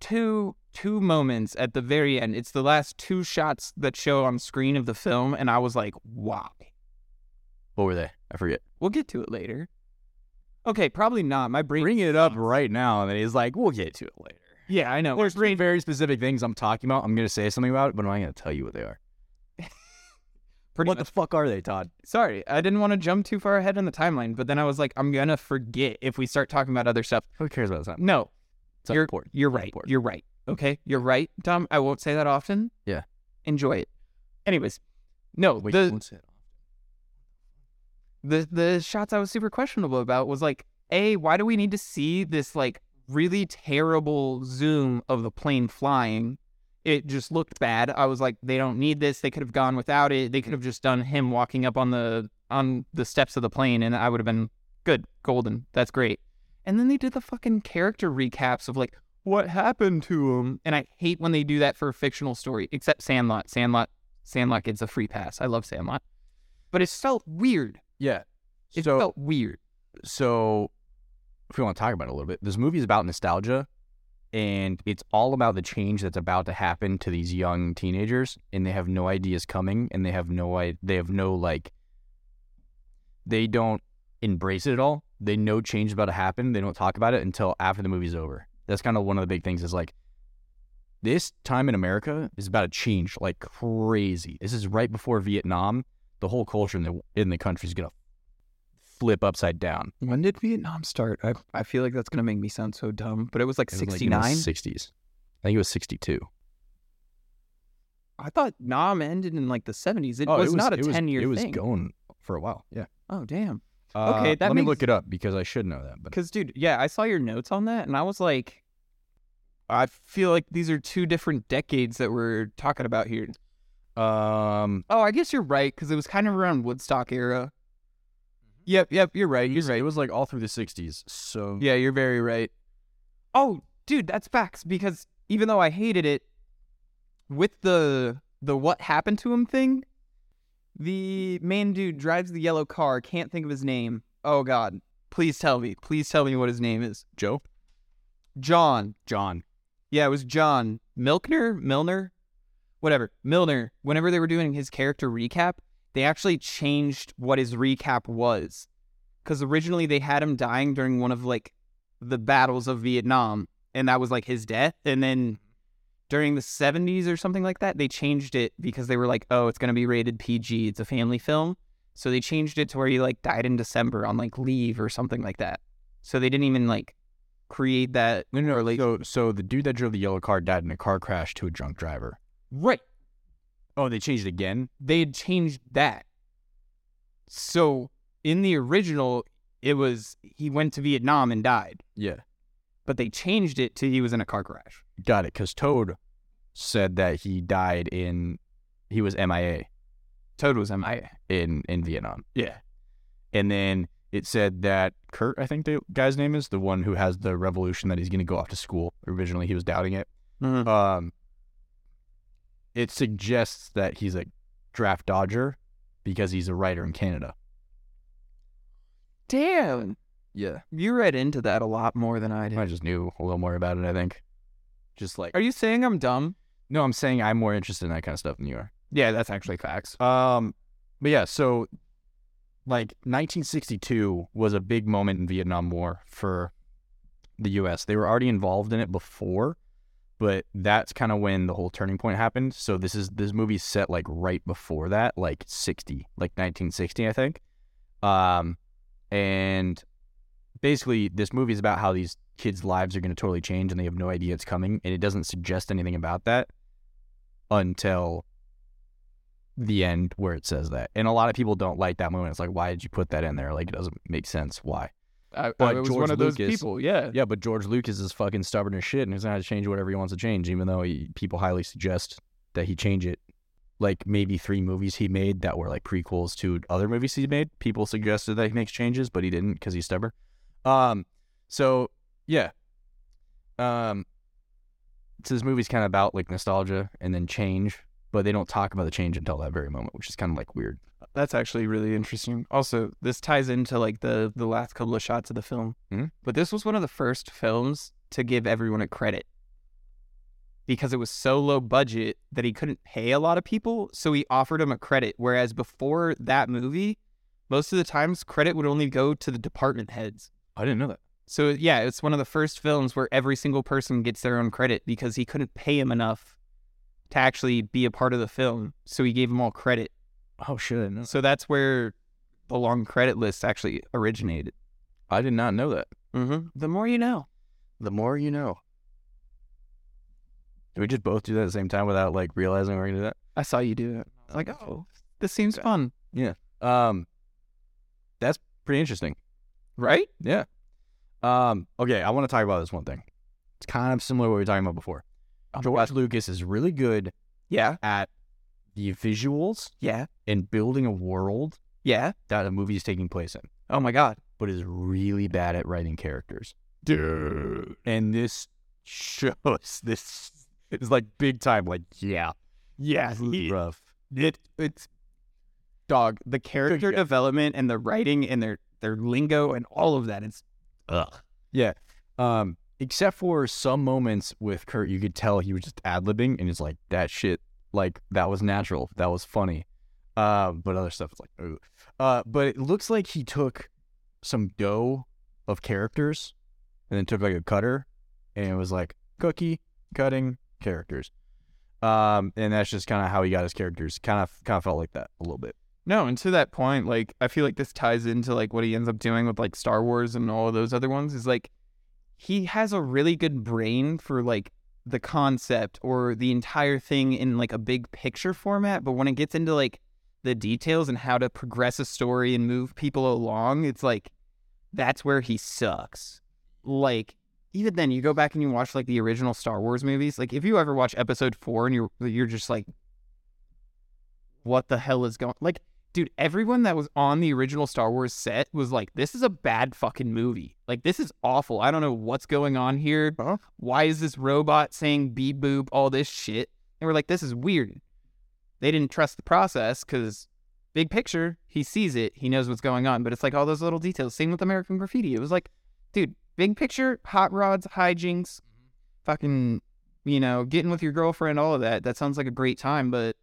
[SPEAKER 2] two two moments at the very end it's the last two shots that show on screen of the film and i was like why
[SPEAKER 1] What were they? I forget.
[SPEAKER 2] we'll get to it later okay probably not my brain
[SPEAKER 1] Bring it up right now, and then he's like, "We'll get to it later."
[SPEAKER 2] yeah i know
[SPEAKER 1] There's three very specific things I'm talking about. I'm gonna say something about it, but I'm not gonna tell you what they are.
[SPEAKER 2] pretty
[SPEAKER 1] what
[SPEAKER 2] much.
[SPEAKER 1] the fuck are they, Todd?
[SPEAKER 2] sorry i didn't want to jump too far ahead in the timeline but then i was like i'm gonna forget if we start talking about other stuff
[SPEAKER 1] Who cares about time?
[SPEAKER 2] no
[SPEAKER 1] It's not
[SPEAKER 2] you're,
[SPEAKER 1] important.
[SPEAKER 2] You're
[SPEAKER 1] Not
[SPEAKER 2] right.
[SPEAKER 1] important.
[SPEAKER 2] You're right. Okay. You're right, Tom. I won't say that often.
[SPEAKER 1] Yeah.
[SPEAKER 2] Enjoy it. Anyways, no,
[SPEAKER 1] Wait,
[SPEAKER 2] the,
[SPEAKER 1] what's it?
[SPEAKER 2] the the shots I was super questionable about was like, a why do we need to see this like really terrible zoom of the plane flying, it just looked bad. I was like, they don't need this. They could have gone without it. They could have just done him walking up on the on the steps of the plane, and I would have been good, golden. That's great. And then they did the fucking character recaps of like what happened to him, and I hate when they do that for a fictional story. Except Sandlot. Sandlot. Sandlot gets a free pass. I love Sandlot, but it felt weird.
[SPEAKER 1] Yeah.
[SPEAKER 2] It
[SPEAKER 1] so
[SPEAKER 2] felt weird.
[SPEAKER 1] so if we want to talk about it a little bit, this movie is about nostalgia and it's all about the change that's about to happen to these young teenagers and they have no ideas coming and they have no i- they have no like they don't embrace it at all. They know change is about to happen. They don't talk about it until after the movie's over. That's kind of one of the big things is like this time in America is about to change like crazy. This is right before Vietnam. The whole culture in the in the country is gonna flip upside down.
[SPEAKER 2] When did Vietnam start? I I feel like that's gonna make me sound so dumb, but it was like
[SPEAKER 1] It was like
[SPEAKER 2] sixty
[SPEAKER 1] in the
[SPEAKER 2] nine.
[SPEAKER 1] 60s. I think it was 62.
[SPEAKER 2] I thought Nam ended in like the seventies. It, was, not a
[SPEAKER 1] Oh, it was-
[SPEAKER 2] ten year
[SPEAKER 1] It was
[SPEAKER 2] thing.
[SPEAKER 1] going for a while. Yeah.
[SPEAKER 2] oh damn.
[SPEAKER 1] Uh,
[SPEAKER 2] Okay, that
[SPEAKER 1] let me
[SPEAKER 2] makes-
[SPEAKER 1] look it up because I should know that. But
[SPEAKER 2] Because, dude, yeah, I saw your notes on that, and I was like, I feel like these are two different decades that we're talking about here.
[SPEAKER 1] um,
[SPEAKER 2] Oh, I guess you're right, because it was kind of around Woodstock era. Yep, yep, you're right.
[SPEAKER 1] it
[SPEAKER 2] You're
[SPEAKER 1] was,
[SPEAKER 2] right.
[SPEAKER 1] it was like all through the 60s. So
[SPEAKER 2] Yeah, you're very right. Oh, dude, that's facts. Because even though I hated it, with the the what happened to him thing, the main dude drives the yellow car. Can't think of his name. Oh God, please tell me. Please tell me what his name is.
[SPEAKER 1] Joe,
[SPEAKER 2] John.
[SPEAKER 1] John,
[SPEAKER 2] Yeah, it was John Milkner, Milner, whatever. Milner, whenever they were doing his character recap, they actually changed what his recap was. Because originally they had him dying during one of like the battles of Vietnam, and that was like his death. And then during the 70s or something like that, they changed it because they were like, oh, it's going to be rated PG. It's a family film. So they changed it to where he like died in December on like leave or something like that. So they didn't even like create that.
[SPEAKER 1] no, no, no. So, so the dude that drove the yellow car died in a car crash to a drunk driver.
[SPEAKER 2] Right.
[SPEAKER 1] Oh, they changed it again.
[SPEAKER 2] they had changed that. So in the original, it was he went to Vietnam and died,
[SPEAKER 1] Yeah,
[SPEAKER 2] but they changed it to he was in a car crash.
[SPEAKER 1] got it. Because Toad said that he died in he was MIA
[SPEAKER 2] Toad was MIA.
[SPEAKER 1] in in Vietnam.
[SPEAKER 2] Yeah.
[SPEAKER 1] And then it said that Kurt, I think the guy's name is, the one who has the revolution that he's going to go off to school. Originally, he was doubting it.
[SPEAKER 2] Mm-hmm.
[SPEAKER 1] Um, it suggests that he's a draft dodger because he's a writer in Canada.
[SPEAKER 2] Damn,
[SPEAKER 1] Yeah.
[SPEAKER 2] you read into that a lot more than I did.
[SPEAKER 1] I just knew a little more about it, I think. Just like,
[SPEAKER 2] Are you saying I'm dumb?
[SPEAKER 1] no, I'm saying I'm more interested in that kind of stuff than you are.
[SPEAKER 2] Yeah, that's actually facts.
[SPEAKER 1] Um, but yeah, so like 1962 was a big moment in Vietnam War for the U.S. They were already involved in it before, but that's kind of when the whole turning point happened. So this is this movie's set like right before that, like 60, like 1960, I think. Um, and basically, this movie is about how these kids' lives are going to totally change, and they have no idea it's coming, and it doesn't suggest anything about that until the end where it says that. And a lot of people don't like that moment. It's like, why did you put that in there? Like, it doesn't make sense. Why?
[SPEAKER 2] I,
[SPEAKER 1] But George Lucas-
[SPEAKER 2] Yeah.
[SPEAKER 1] <laughs> Yeah, but George Lucas is fucking stubborn as shit, and he's not to change whatever he wants to change, even though he, people highly suggest that he change it. Like maybe three movies he made that were like prequels to other movies he made. People suggested that he makes changes, but he didn't because he's stubborn. Um, so yeah. Um, so this movie's kind of about like nostalgia and then change, but they don't talk about the change until that very moment, which is kind of like weird.
[SPEAKER 2] That's actually really interesting. Also, this ties into like the the last couple of shots of the film.
[SPEAKER 1] Mhm.
[SPEAKER 2] But this was one of the first films to give everyone a credit because it was so low budget that he couldn't pay a lot of people, so he offered them a credit. Whereas before that movie, most of the times credit would only go to the department heads.
[SPEAKER 1] I didn't know that.
[SPEAKER 2] So yeah, it's one of the first films where every single person gets their own credit because he couldn't pay him enough to actually be a part of the film, so he gave them all credit.
[SPEAKER 1] Oh shit! I didn't know that.
[SPEAKER 2] So that's where the long credit list actually originated.
[SPEAKER 1] I did not know that.
[SPEAKER 2] Mm-hmm. The more you know.
[SPEAKER 1] The more you know. Did we just both do that at the same time without like realizing we're gonna do that?
[SPEAKER 2] I saw you do it. I was like, oh, this seems
[SPEAKER 1] Okay.
[SPEAKER 2] fun,
[SPEAKER 1] Um, that's pretty interesting.
[SPEAKER 2] right?
[SPEAKER 1] Yeah. Um. Okay, I want to talk about this one thing. It's kind of similar to what we were talking about before.
[SPEAKER 2] Oh,
[SPEAKER 1] George
[SPEAKER 2] God.
[SPEAKER 1] Lucas is really good
[SPEAKER 2] Yeah.
[SPEAKER 1] at the visuals
[SPEAKER 2] Yeah.
[SPEAKER 1] and building a world
[SPEAKER 2] Yeah.
[SPEAKER 1] that a movie is taking place in,
[SPEAKER 2] Oh my God.
[SPEAKER 1] but is really bad at writing characters.
[SPEAKER 2] Dude.
[SPEAKER 1] And this <laughs> shows this is like big time. Like, yeah,
[SPEAKER 2] Yeah.
[SPEAKER 1] really
[SPEAKER 2] he-
[SPEAKER 1] rough.
[SPEAKER 2] it it's dog the character
[SPEAKER 1] God.
[SPEAKER 2] development and the writing and their their lingo and all of that it's
[SPEAKER 1] Ugh. Yeah. Um, except for some moments with Kurt, you could tell he was just ad libbing and it's like that shit, like that was natural. That was funny. Uh, but other stuff is like, ooh. Uh, but it looks like he took some dough of characters and then took like a cutter and it was like cookie cutting characters. Um, and that's just kind of how he got his characters. Kind of, kind of felt like that a little bit.
[SPEAKER 2] no and to that point like i feel like this ties into like what he ends up doing with like star wars and all of those other ones is like he has a really good brain for like the concept or the entire thing in like a big picture format but when it gets into like the details and how to progress a story and move people along it's like that's where he sucks like even then you go back and you watch like the original Star Wars movies like if you ever watch episode 4 and you're you're just like what the hell is going like dude everyone that was on the original Star Wars set was like this is a bad fucking movie like this is awful i don't know what's going on here
[SPEAKER 1] Huh?
[SPEAKER 2] why is this robot saying beep boop all this shit and we're like this is weird they didn't trust the process cuz big picture he sees it he knows what's going on but it's like all those little details same with American Graffiti it was like dude, big picture, hot rods, hijinks, fucking, you know, getting with your girlfriend, all of that. That sounds like a great time, but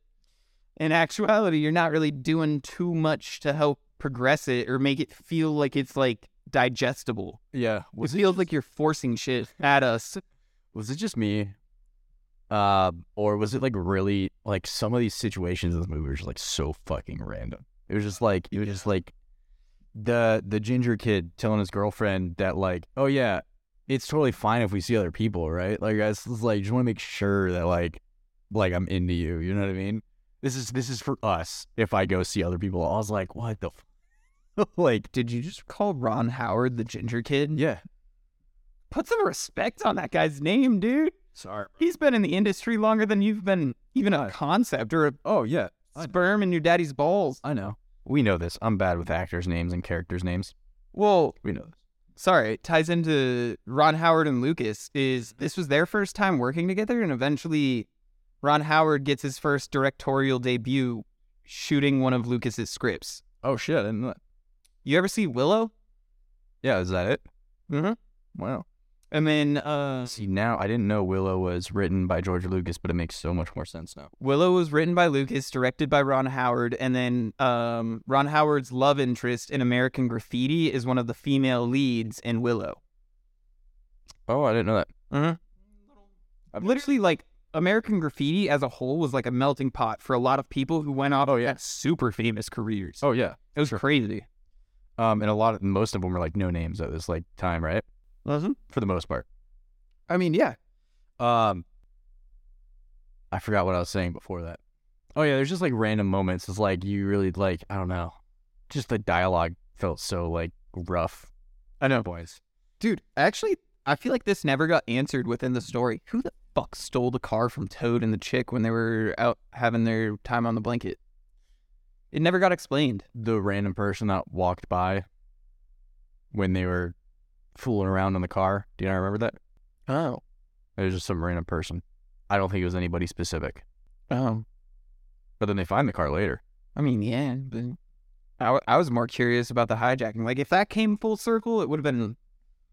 [SPEAKER 2] in actuality, you're not really doing too much to help progress it or make it feel like it's like digestible.
[SPEAKER 1] Yeah.
[SPEAKER 2] it feels like you're forcing shit at us.
[SPEAKER 1] was it just me um or was it like really like some of these situations in this movie were just like so fucking random it was just like it was just like the the ginger kid telling his girlfriend that like oh yeah it's totally fine if we see other people right like i was just like just want to make sure that like like i'm into you you know what i mean this is this is for us if i go see other people i was like what the f-? <laughs> like
[SPEAKER 2] Did you just call Ron Howard the ginger kid?
[SPEAKER 1] yeah
[SPEAKER 2] Put some respect on that guy's name, dude.
[SPEAKER 1] sorry
[SPEAKER 2] He's been in the industry longer than you've been even a concept or a
[SPEAKER 1] oh yeah I-
[SPEAKER 2] sperm in your daddy's balls.
[SPEAKER 1] i know we know this i'm bad with actors names and characters names
[SPEAKER 2] Well,
[SPEAKER 1] we know this
[SPEAKER 2] sorry, it ties into Ron Howard and Lucas is this was their first time working together and eventually Ron Howard gets his first directorial debut shooting one of Lucas's scripts.
[SPEAKER 1] Oh shit! I didn't know that.
[SPEAKER 2] You ever see Willow?
[SPEAKER 1] Yeah, is that it?
[SPEAKER 2] Mm-hmm.
[SPEAKER 1] Wow.
[SPEAKER 2] And then uh
[SPEAKER 1] See, now I didn't know Willow was written by George Lucas, but it makes so much more sense now.
[SPEAKER 2] Willow was written by Lucas, directed by Ron Howard, and then um, Ron Howard's love interest in American Graffiti is one of the female leads in Willow.
[SPEAKER 1] Oh, I didn't know that. I've-
[SPEAKER 2] Mm-hmm. Literally, like American Graffiti as a whole was like a melting pot for a lot of people who went off.
[SPEAKER 1] Oh, yeah.
[SPEAKER 2] and had super famous careers.
[SPEAKER 1] Oh yeah.
[SPEAKER 2] it was crazy.
[SPEAKER 1] Um, and a lot of most of them were like no names at this like time, right? For the most part.
[SPEAKER 2] Mm-hmm. I mean, yeah,
[SPEAKER 1] Um, I forgot what I was saying before that. Oh yeah, there's just like random moments. It's like you really like I don't know, just the dialogue felt so like rough.
[SPEAKER 2] I know.
[SPEAKER 1] boys.
[SPEAKER 2] dude. Actually, I feel like this never got answered within the story. Who the fuck stole the car from Toad and the chick when they were out having their time on the blanket? It never got explained.
[SPEAKER 1] The random person that walked by when they were fooling around in the car. Do you not remember that?
[SPEAKER 2] Oh,
[SPEAKER 1] It was just some random person. I don't think it was anybody specific.
[SPEAKER 2] oh.
[SPEAKER 1] But then they find the car later.
[SPEAKER 2] I mean, yeah, but I, w- I was more curious about the hijacking. Like, if that came full circle, it would have been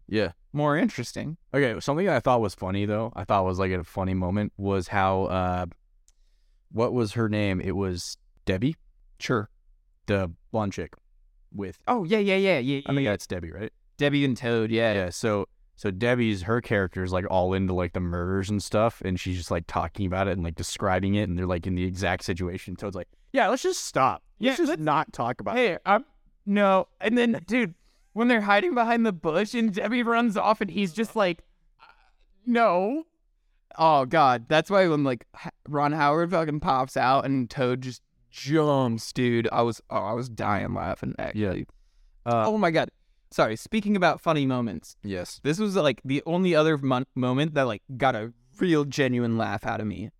[SPEAKER 1] Yeah.
[SPEAKER 2] more interesting.
[SPEAKER 1] Okay. Something I thought was funny though, I thought was like a funny moment was how uh what was her name? It was Debbie,
[SPEAKER 2] Sure.
[SPEAKER 1] the blonde chick with
[SPEAKER 2] Oh yeah, yeah, yeah, yeah.
[SPEAKER 1] I think that's Debbie, right?
[SPEAKER 2] Debbie and Toad. Yeah.
[SPEAKER 1] Yeah. So so Debbie's her character's like all into like the murders and stuff, and she's just like talking about it and like describing it, and they're like in the exact situation. Toad's like, yeah, let's just stop.
[SPEAKER 2] Yeah,
[SPEAKER 1] let's just not talk about. it.
[SPEAKER 2] Hey, I'm no. And then, dude, when they're hiding behind the bush and Debbie runs off, and he's just like, "Uh, no. Oh God, that's why when like H- Ron Howard fucking pops out and Toad just jumps, dude. I was oh, I was dying laughing. Actually.
[SPEAKER 1] Uh,
[SPEAKER 2] Oh my God. Sorry. Speaking about funny moments,
[SPEAKER 1] Yes.
[SPEAKER 2] this was like the only other mon- moment that like got a real genuine laugh out of me.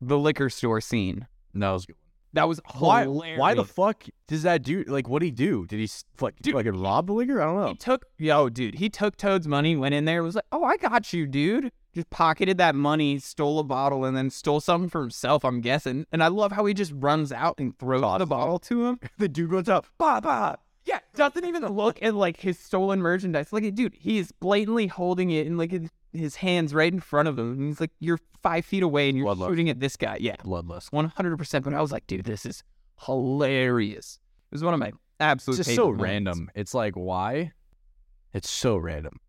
[SPEAKER 2] The liquor store scene.
[SPEAKER 1] No, it was good.
[SPEAKER 2] That was
[SPEAKER 1] Why?
[SPEAKER 2] hilarious.
[SPEAKER 1] Why the fuck does that dude? Like, what would he do? Did he s- like
[SPEAKER 2] Dude.
[SPEAKER 1] like rob the liquor? I don't
[SPEAKER 2] He
[SPEAKER 1] know.
[SPEAKER 2] took yo, dude. He took Toad's money, went in there, was like, "Oh, I got you, dude." Just pocketed that money, stole a bottle, and then stole something for himself. I'm guessing. And I love how he just runs out and throws the bottle to him.
[SPEAKER 1] <laughs> The dude runs out.
[SPEAKER 2] Bah bah. <laughs> Yeah, doesn't even look at like his stolen merchandise. Like, dude, he is blatantly holding it in like his, his hands right in front of him. And he's like, "You're five feet away, and you're
[SPEAKER 1] Bloodlust.
[SPEAKER 2] shooting at this guy." Yeah,
[SPEAKER 1] Bloodlust.
[SPEAKER 2] one hundred percent. But I was like, dude, this is hilarious. It was one of my absolute.
[SPEAKER 1] It's just
[SPEAKER 2] favorite
[SPEAKER 1] so
[SPEAKER 2] moments.
[SPEAKER 1] random. It's like why? It's so random.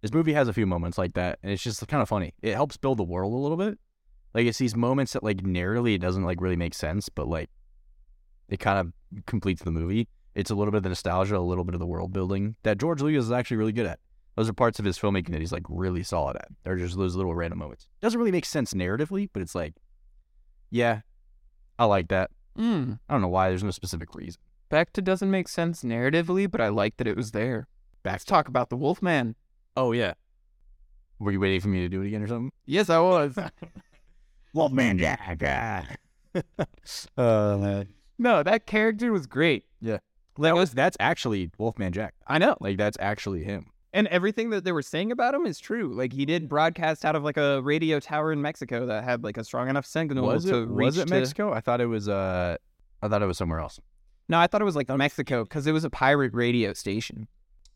[SPEAKER 1] This movie has a few moments like that, and it's just kind of funny. It helps build the world a little bit. Like it's these moments that like narratively it doesn't like really make sense, but like it kind of completes the movie. It's a little bit of the nostalgia, a little bit of the world building that George Lucas is actually really good at. Those are parts of his filmmaking that he's like really solid at. They're just those little random moments. Doesn't really make sense narratively, but it's like, yeah, I like that.
[SPEAKER 2] Mm.
[SPEAKER 1] I don't know why. There's no specific reason.
[SPEAKER 2] Back to doesn't make sense narratively, but I like that it was there. Let's talk about the Wolfman.
[SPEAKER 1] Oh yeah. Were you waiting for me to do it again or something?
[SPEAKER 2] Yes,
[SPEAKER 1] <laughs>
[SPEAKER 2] I was.
[SPEAKER 1] Well, man,
[SPEAKER 2] <laughs>
[SPEAKER 1] Jack.
[SPEAKER 2] Uh,
[SPEAKER 1] Oh man.
[SPEAKER 2] no, that character was great.
[SPEAKER 1] That was that's actually Wolfman Jack.
[SPEAKER 2] I know.
[SPEAKER 1] Like that's actually him.
[SPEAKER 2] And everything that they were saying about him is true. Like he did broadcast out of like a radio tower in Mexico that had like a strong enough signal
[SPEAKER 1] was
[SPEAKER 2] to
[SPEAKER 1] it
[SPEAKER 2] reach
[SPEAKER 1] was it
[SPEAKER 2] to-
[SPEAKER 1] Mexico? I thought it was uh I thought it was somewhere else.
[SPEAKER 2] No, I thought it was like Mexico because it was a pirate radio station.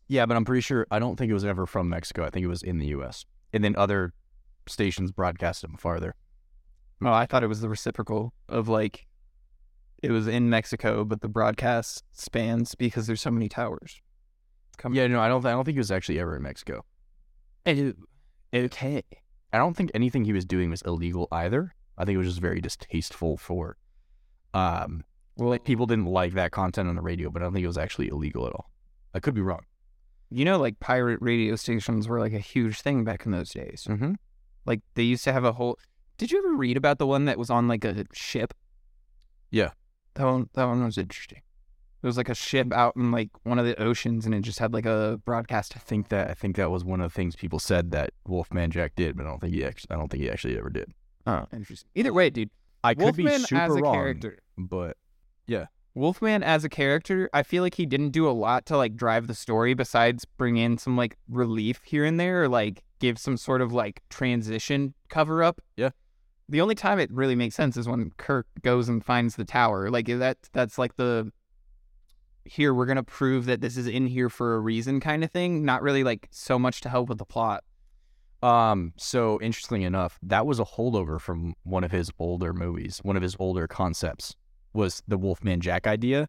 [SPEAKER 1] Yeah, but I'm pretty sure I don't think it was ever from Mexico. I think it was in the US. And then other stations broadcast him farther.
[SPEAKER 2] Oh, I thought it was the reciprocal of like it was in Mexico, but the broadcast spans because there's so many towers. Come
[SPEAKER 1] Yeah, no, I don't I don't think he was actually ever in Mexico.
[SPEAKER 2] okay.
[SPEAKER 1] I don't think anything he was doing was illegal either. I think it was just very distasteful for um
[SPEAKER 2] Well,
[SPEAKER 1] like people didn't like that content on the radio, but I don't think it was actually illegal at all. I could be wrong.
[SPEAKER 2] you know, like pirate radio stations were like a huge thing back in those days.
[SPEAKER 1] Mm-hmm.
[SPEAKER 2] Like they used to have a whole. Did you ever read about the one that was on like a ship?
[SPEAKER 1] Yeah.
[SPEAKER 2] that one. That one was interesting. It was like a ship out in like one of the oceans, and it just had like a broadcast.
[SPEAKER 1] I think that I think that was one of the things people said that Wolfman Jack did, but I don't think he actually I don't think he actually ever did.
[SPEAKER 2] Oh, interesting. Either way, dude,
[SPEAKER 1] I could
[SPEAKER 2] Wolfman
[SPEAKER 1] be super
[SPEAKER 2] as a
[SPEAKER 1] wrong,
[SPEAKER 2] character.
[SPEAKER 1] but
[SPEAKER 2] Wolfman as a character, I feel like he didn't do a lot to like drive the story besides bring in some like relief here and there or like give some sort of like transition cover up.
[SPEAKER 1] Yeah.
[SPEAKER 2] The only time it really makes sense is when Kirk goes and finds the tower. Like eh, that that's like the here we're going to prove that this is in here for a reason kind of thing, not really like so much to help with the plot.
[SPEAKER 1] um, so interestingly enough, that was a holdover from one of his older movies. One of his older concepts was the Wolfman Jack idea.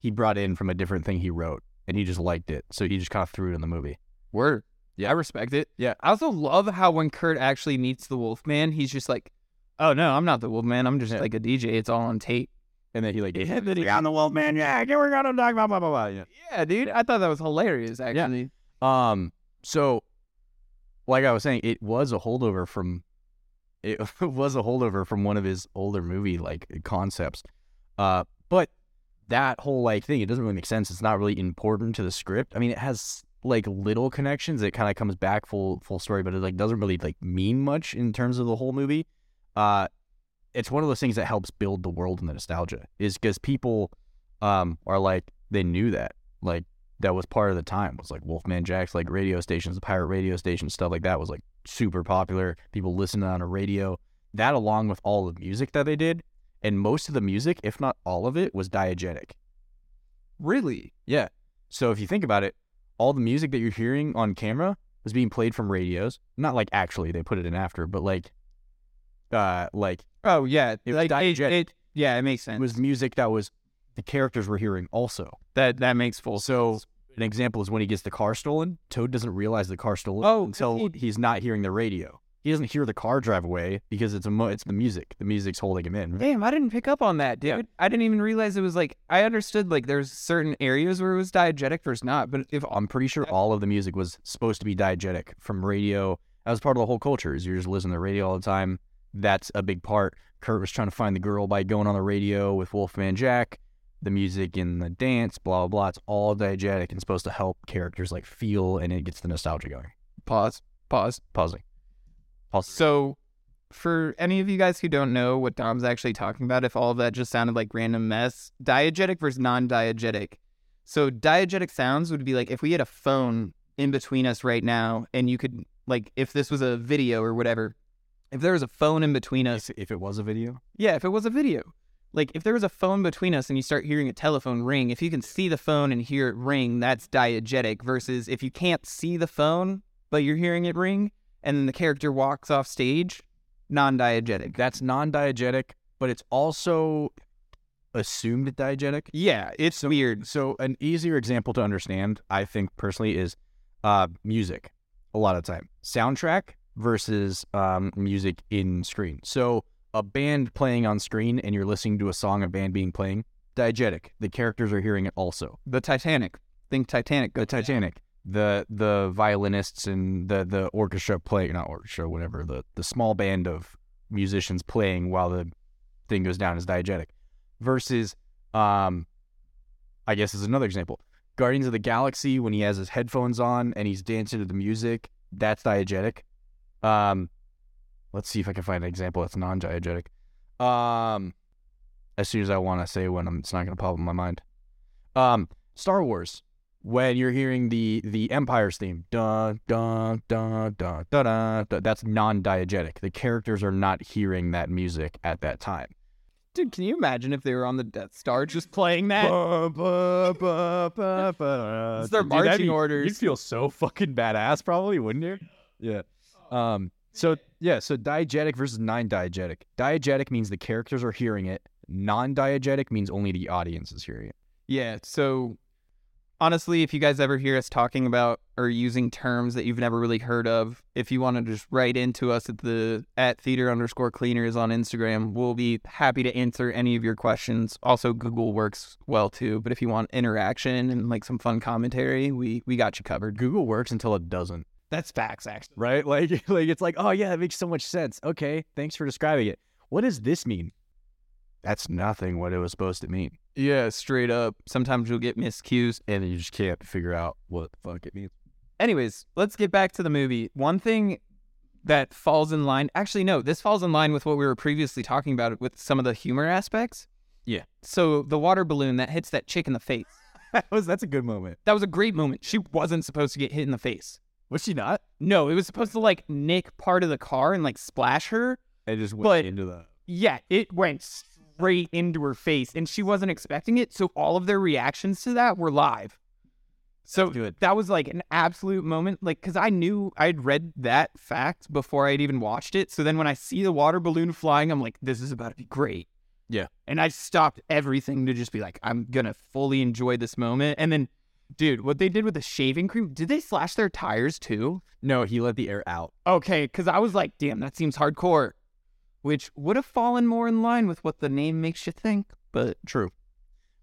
[SPEAKER 1] He brought in from a different thing he wrote, and he just liked it, so he just kind of threw it in the movie.
[SPEAKER 2] Word. Yeah, I respect it.
[SPEAKER 1] Yeah.
[SPEAKER 2] I also love how when Kurt actually meets the Wolfman, he's just like, "Oh no, I'm not the Wolfman. I'm just
[SPEAKER 1] Yeah.
[SPEAKER 2] like a DJ. It's all on tape."
[SPEAKER 1] And then he like,
[SPEAKER 2] Yeah, then he-
[SPEAKER 1] "We're on the Wolfman Jack, and we're gonna talk about blah blah blah. Yeah.
[SPEAKER 2] Yeah, dude. I thought that was hilarious. Actually.
[SPEAKER 1] Um, so like I was saying, it was a holdover from it <laughs> was a holdover from one of his older movie like concepts. Uh, but that whole like thing, it doesn't really make sense. It's not really important to the script. I mean, it has like little connections. It kind of comes back full full story, but it like doesn't really like mean much in terms of the whole movie. Uh, it's one of those things that helps build the world and the nostalgia is because people um are like they knew that like that was part of the time was like Wolfman Jack's like radio stations, the pirate radio station stuff like that was like super popular. People listened on a radio. That along with all the music that they did, and most of the music, if not all of it, was diegetic.
[SPEAKER 2] Really?
[SPEAKER 1] Yeah. So if you think about it, all the music that you're hearing on camera was being played from radios. Not like actually they put it in after, but like uh like
[SPEAKER 2] Oh yeah.
[SPEAKER 1] It was
[SPEAKER 2] like it,
[SPEAKER 1] diegetic.
[SPEAKER 2] it- yeah, it makes
[SPEAKER 1] it
[SPEAKER 2] sense.
[SPEAKER 1] was music that was the characters were hearing also.
[SPEAKER 2] that that makes full
[SPEAKER 1] So
[SPEAKER 2] sense.
[SPEAKER 1] an example is when he gets the car stolen. Toad doesn't realize the car stolen
[SPEAKER 2] Oh,
[SPEAKER 1] until
[SPEAKER 2] he-
[SPEAKER 1] he's not hearing the radio. He doesn't hear the car drive away because it's a mo- it's the music. The music's holding him in.
[SPEAKER 2] Damn, I didn't pick up on that, dude.
[SPEAKER 1] Yeah.
[SPEAKER 2] I didn't even realize it was like I understood like there's certain areas where it was diegetic versus not, but if
[SPEAKER 1] I'm pretty sure all of the music was supposed to be diegetic from radio. That was part of the whole culture. Is you're just listening to the radio all the time. That's a big part. Kurt was trying to find the girl by going on the radio with Wolfman Jack. The music and the dance, blah blah blah. It's all diegetic and supposed to help characters like feel, and it gets the nostalgia going.
[SPEAKER 2] pause, pause.
[SPEAKER 1] Pausing. Pause.
[SPEAKER 2] So for any of you guys who don't know what Dom's actually talking about, if all of that just sounded like random mess, diegetic versus non diegetic. So, diegetic sounds would be like if we had a phone in between us right now, and you could, like, if this was a video or whatever, if there was a phone in between us,
[SPEAKER 1] If, if it was a video,
[SPEAKER 2] yeah, if it was a video. Like if there was a phone between us and you start hearing a telephone ring, if you can see the phone and hear it ring, that's diegetic versus if you can't see the phone but you're hearing it ring and then the character walks off stage, non-diegetic.
[SPEAKER 1] that's non-diegetic, but it's also assumed diegetic.
[SPEAKER 2] Yeah, it's weird.
[SPEAKER 1] So an easier example to understand, I think personally, is uh, music. A lot of time, soundtrack versus um, music in screen. So a band playing on screen, and you're listening to a song a band being playing. Diegetic. The characters are hearing it also.
[SPEAKER 2] The Titanic. Think Titanic.
[SPEAKER 1] The Titanic. The the violinists and the the orchestra play not orchestra whatever the the small band of musicians playing while the thing goes down is diegetic. Versus, um, I guess is another example. Guardians of the Galaxy when he has his headphones on and he's dancing to the music that's diegetic. Um, let's see if I can find an example that's non-diegetic. Um, as soon as I want to say one, I'm, it's not going to pop in my mind. Um, Star Wars when you're hearing the the Empire's theme, dun dun dun dun dun dun, dun that's non-diegetic. The characters are not hearing that music at that time.
[SPEAKER 2] Dude, can you imagine if they were on the Death Star just playing that?
[SPEAKER 1] it's
[SPEAKER 2] It's Eh. their marching orders.
[SPEAKER 1] You'd feel so fucking badass, probably, wouldn't you? Yeah. Um. So yeah. So diegetic versus non-diegetic. Diegetic means the characters are hearing it. Non-diegetic means only the audience is hearing it.
[SPEAKER 2] Yeah, so honestly, if you guys ever hear us talking about or using terms that you've never really heard of, if you want to just write into us at the at theater underscore cleaners on Instagram, we'll be happy to answer any of your questions. Also, Google works well too, but if you want interaction and like some fun commentary, we we got you covered.
[SPEAKER 1] Google works until it doesn't.
[SPEAKER 2] That's facts, actually.
[SPEAKER 1] right? <laughs> Like, like it's like, oh yeah, that makes so much sense. Okay, thanks for describing it. What does this mean? That's nothing what it was supposed to mean,
[SPEAKER 2] Yeah, straight up. Sometimes you'll get miscues.
[SPEAKER 1] and you just can't figure out what the fuck it means. <laughs>
[SPEAKER 2] anyways, let's get back to the movie. One thing that falls in line, actually, no, this falls in line with what we were previously talking about with some of the humor aspects.
[SPEAKER 1] Yeah.
[SPEAKER 2] So the water balloon that hits that chick in the face.
[SPEAKER 1] that was that's a good moment.
[SPEAKER 2] That was a great moment. She wasn't supposed to get hit in the face.
[SPEAKER 1] Was she not?
[SPEAKER 2] No, it was supposed to like nick part of the car and like splash her.
[SPEAKER 1] I just went
[SPEAKER 2] But-
[SPEAKER 1] into the.
[SPEAKER 2] Yeah, it went straight into her face and she wasn't expecting it. So all of their reactions to that were live. So
[SPEAKER 1] That's good.
[SPEAKER 2] that was like an absolute moment. Like, cause I knew I'd read that fact before I'd even watched it. So then when I see the water balloon flying, I'm like, this is about to be great.
[SPEAKER 1] Yeah.
[SPEAKER 2] And I stopped everything to just be like, I'm going to fully enjoy this moment. And then, dude, what they did with the shaving cream, did they slash their tires too?
[SPEAKER 1] No, he let the air out.
[SPEAKER 2] Okay, because I was like, damn, that seems hardcore, which would have fallen more in line with what the name makes you think. But
[SPEAKER 1] True,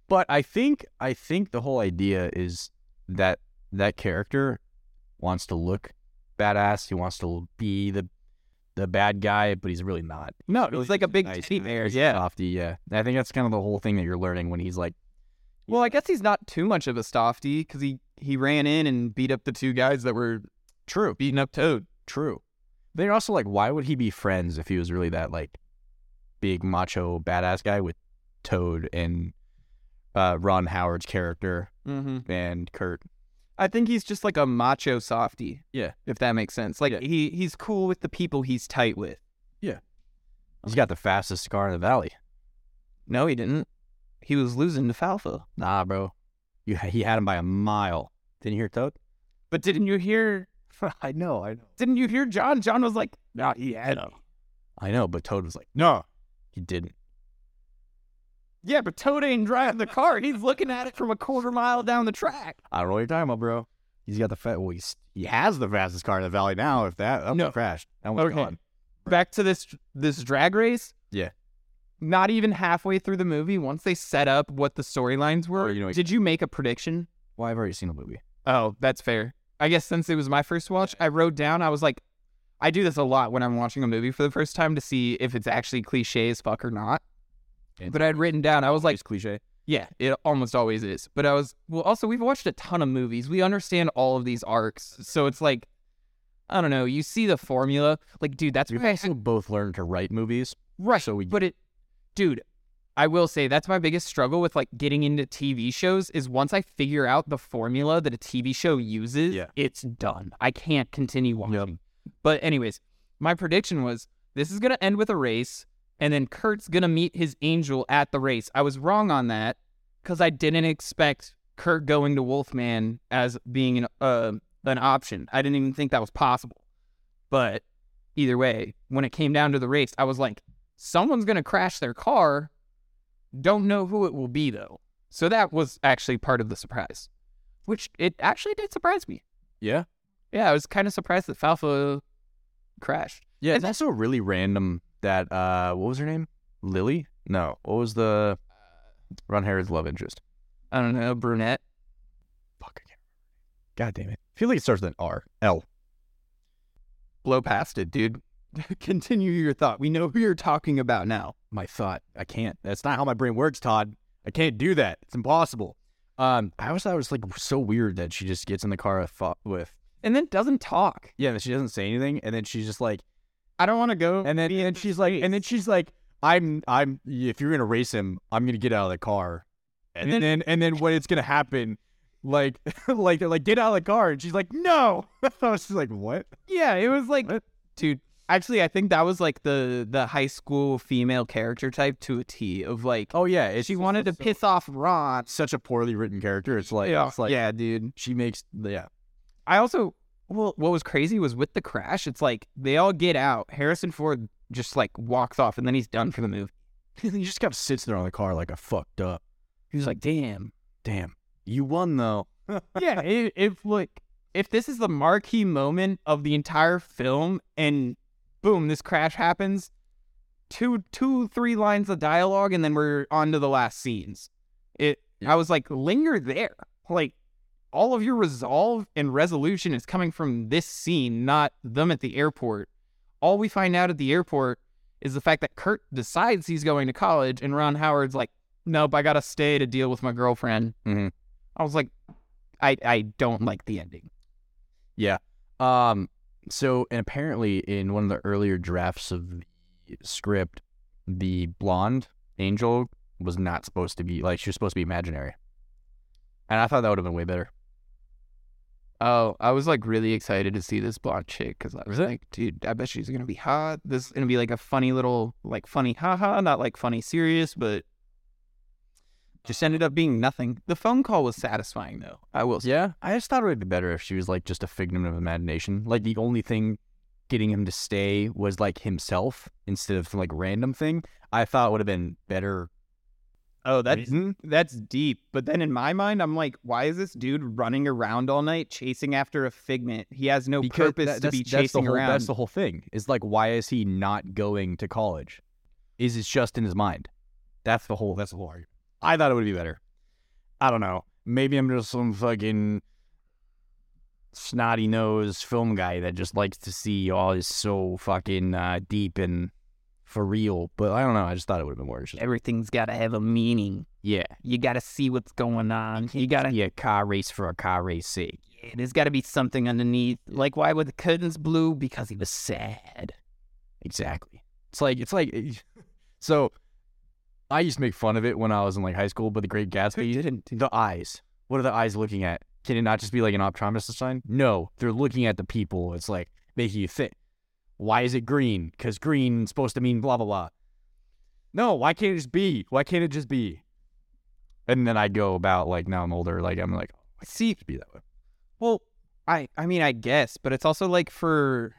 [SPEAKER 1] but I think I think the whole idea is that that character wants to look badass. He wants to be the the bad guy, but he's really not.
[SPEAKER 2] no,
[SPEAKER 1] really
[SPEAKER 2] it's Oh, like a big
[SPEAKER 1] nice
[SPEAKER 2] teddy
[SPEAKER 1] guy.
[SPEAKER 2] bear.
[SPEAKER 1] He's
[SPEAKER 2] Yeah.
[SPEAKER 1] softy. Yeah, I think that's kind of the whole thing that you're learning when he's like,
[SPEAKER 2] Well, I guess he's not too much of a softy because he he ran in and beat up the two guys that were
[SPEAKER 1] true,
[SPEAKER 2] beating up Toad.
[SPEAKER 1] true. But you're also like, why would he be friends if he was really that like big macho badass guy with Toad and uh, Ron Howard's character
[SPEAKER 2] Mm-hmm.
[SPEAKER 1] and Kurt?
[SPEAKER 2] I think he's just like a macho softy.
[SPEAKER 1] Yeah.
[SPEAKER 2] if that makes sense. Like
[SPEAKER 1] Yeah.
[SPEAKER 2] he he's cool with the people he's tight with.
[SPEAKER 1] He's got the fastest car in the valley.
[SPEAKER 2] No, he didn't. He was losing to Falfa.
[SPEAKER 1] Nah, bro, you he had him by a mile. Didn't you hear Toad?
[SPEAKER 2] But didn't you hear?
[SPEAKER 1] <laughs> I know, I know,
[SPEAKER 2] Didn't you hear John? John was like, "No, he had him."
[SPEAKER 1] I know. But Toad was like, no, he didn't.
[SPEAKER 2] Yeah, but Toad ain't driving the car. He's looking at it from a quarter mile down the track.
[SPEAKER 1] I don't know what you're talking about, bro. He's got the fat. Well, he's, he has the fastest car in the valley now. If that, that one
[SPEAKER 2] No.
[SPEAKER 1] crashed. That one's
[SPEAKER 2] Okay.
[SPEAKER 1] gone.
[SPEAKER 2] Back to this this drag race.
[SPEAKER 1] Yeah.
[SPEAKER 2] Not even halfway through the movie, once they set up what the storylines were,
[SPEAKER 1] Or, you know,
[SPEAKER 2] did you make a prediction?
[SPEAKER 1] Well, I've already seen the movie.
[SPEAKER 2] Oh, that's fair. I guess since it was my first watch, I wrote down. I was like, I do this a lot when I'm watching a movie for the first time to see if it's actually cliche as fuck or not.
[SPEAKER 1] It's
[SPEAKER 2] but I'd written down. I was like,
[SPEAKER 1] It's cliche.
[SPEAKER 2] Yeah, it almost always is. But I was well. Also, we've watched a ton of movies. We understand all of these arcs, so it's like I don't know. You see the formula, like, dude, that's
[SPEAKER 1] We've
[SPEAKER 2] why
[SPEAKER 1] <laughs>
[SPEAKER 2] I
[SPEAKER 1] also both learned to write movies.
[SPEAKER 2] Right.
[SPEAKER 1] So we-
[SPEAKER 2] but it, dude, I will say that's my biggest struggle with like getting into TV shows is once I figure out the formula that a TV show uses,
[SPEAKER 1] Yeah.
[SPEAKER 2] it's done. I can't continue watching. But anyways, my prediction was this is gonna end with a race, and then Kurt's gonna meet his angel at the race. I was wrong on that because I didn't expect Kurt going to Wolfman as being an uh, an option. I didn't even think that was possible. But either way, when it came down to the race, I was like, someone's gonna crash their car. Don't know who it will be though. So that was actually part of the surprise, which it actually did surprise me.
[SPEAKER 1] Yeah.
[SPEAKER 2] Yeah, I was kind of surprised that Falfa crashed.
[SPEAKER 1] Yeah.
[SPEAKER 2] And-
[SPEAKER 1] It's also really random that uh what was her name? Lily? No. What was the Ron Harrod's love interest?
[SPEAKER 2] I don't know, brunette.
[SPEAKER 1] Fuck I can't remember. God damn it. I feel like it starts with an R. L.
[SPEAKER 2] Blow past it, dude. <laughs> Continue your thought. We know who you're talking about now.
[SPEAKER 1] My thought. I can't. That's not how my brain works, Todd. I can't do that. It's impossible. Um, I always thought it was like so weird that she just gets in the car with, Fa- with
[SPEAKER 2] And then doesn't talk.
[SPEAKER 1] yeah, and she doesn't say anything, and then she's just like,
[SPEAKER 2] I don't want to go.
[SPEAKER 1] <laughs> and then and she's like, and then she's like, I'm, I'm. If you're gonna race him, I'm gonna get out of the car, and,
[SPEAKER 2] And
[SPEAKER 1] then and then when it's gonna happen, like, <laughs> like they're like, get out of the car, and she's like, no. <laughs> I was just like, what?
[SPEAKER 2] yeah, it was like,
[SPEAKER 1] What?
[SPEAKER 2] dude. Actually, I think that was like the the high school female character type to a T of like,
[SPEAKER 1] Oh yeah, it's
[SPEAKER 2] she
[SPEAKER 1] just-
[SPEAKER 2] wanted to
[SPEAKER 1] it's so-
[SPEAKER 2] piss off Ron.
[SPEAKER 1] Such a poorly written character. It's like, it's like,
[SPEAKER 2] yeah, dude.
[SPEAKER 1] She makes, yeah, <laughs>
[SPEAKER 2] I also well, what was crazy was with the crash. It's like they all get out. Harrison Ford just like walks off, and then he's done for the movie.
[SPEAKER 1] he just kind of sits there on the car like a fucked up.
[SPEAKER 2] He was like, "Damn,
[SPEAKER 1] Damn, you won though.
[SPEAKER 2] yeah, i- if like if this is the marquee moment of the entire film and boom, this crash happens, two two three lines of dialogue and then we're on to the last scenes. It I was like linger there. Like all of your resolve and resolution is coming from this scene, not them at the airport. All we find out at the airport is the fact that Kurt decides he's going to college and Ron Howard's like, "Nope, I got to stay to deal with my girlfriend."
[SPEAKER 1] Mhm.
[SPEAKER 2] I was like I I don't like the ending.
[SPEAKER 1] Um, so and apparently in one of the earlier drafts of the script, the blonde angel was not supposed to be like she was supposed to be imaginary, and I thought that would have been way better.
[SPEAKER 2] Oh, I was like really excited to see this blonde chick because I was like, dude, I bet she's gonna be hot. This is gonna be like a funny little, like funny haha, not like funny serious, but just ended up being nothing. The phone call was satisfying though. I will say.
[SPEAKER 1] Yeah, I just thought it would be better if she was like just a figment of imagination. Like the only thing getting him to stay was like himself instead of some like random thing. I thought would have been better.
[SPEAKER 2] Oh, that's
[SPEAKER 1] written.
[SPEAKER 2] that's deep. But then in my mind, I'm like, why is this dude running around all night chasing after a figment? He has no Oh, purpose
[SPEAKER 1] that-
[SPEAKER 2] to
[SPEAKER 1] that's-
[SPEAKER 2] be
[SPEAKER 1] that's the
[SPEAKER 2] chasing
[SPEAKER 1] whole-
[SPEAKER 2] around.
[SPEAKER 1] That's the whole thing. Is like, why is he not going to college? Is it just in his mind? That's the whole. That's the whole argument. I thought it would be better. I don't know. Maybe I'm just some fucking snotty nosed film guy that just likes to see all is so fucking uh, deep and for real. But I don't know. I just thought it would have been more interesting.
[SPEAKER 2] Everything's gotta have a meaning.
[SPEAKER 1] Yeah,
[SPEAKER 2] You gotta see what's going on. You gotta
[SPEAKER 1] yeah. Car race for a car race sake.
[SPEAKER 2] Yeah, there's got to be something underneath. Like, why were the curtains blue? Because he was sad.
[SPEAKER 1] Exactly. It's like it's like eh, so I used to make fun of it when I was in like high school, but the Great Gatsby
[SPEAKER 2] didn't?
[SPEAKER 1] the eyes. What are the eyes looking at? Can it not just be like an optometrist sign? No, they're looking at the people. It's like making you think. Why is it green? Because green is supposed to mean blah blah blah. No, why can't it just be? Why can't it just be? And then I go about like now I'm older, like I'm like why can't
[SPEAKER 2] See,
[SPEAKER 1] it just be that way?
[SPEAKER 2] well, I, I mean, I guess, but it's also like for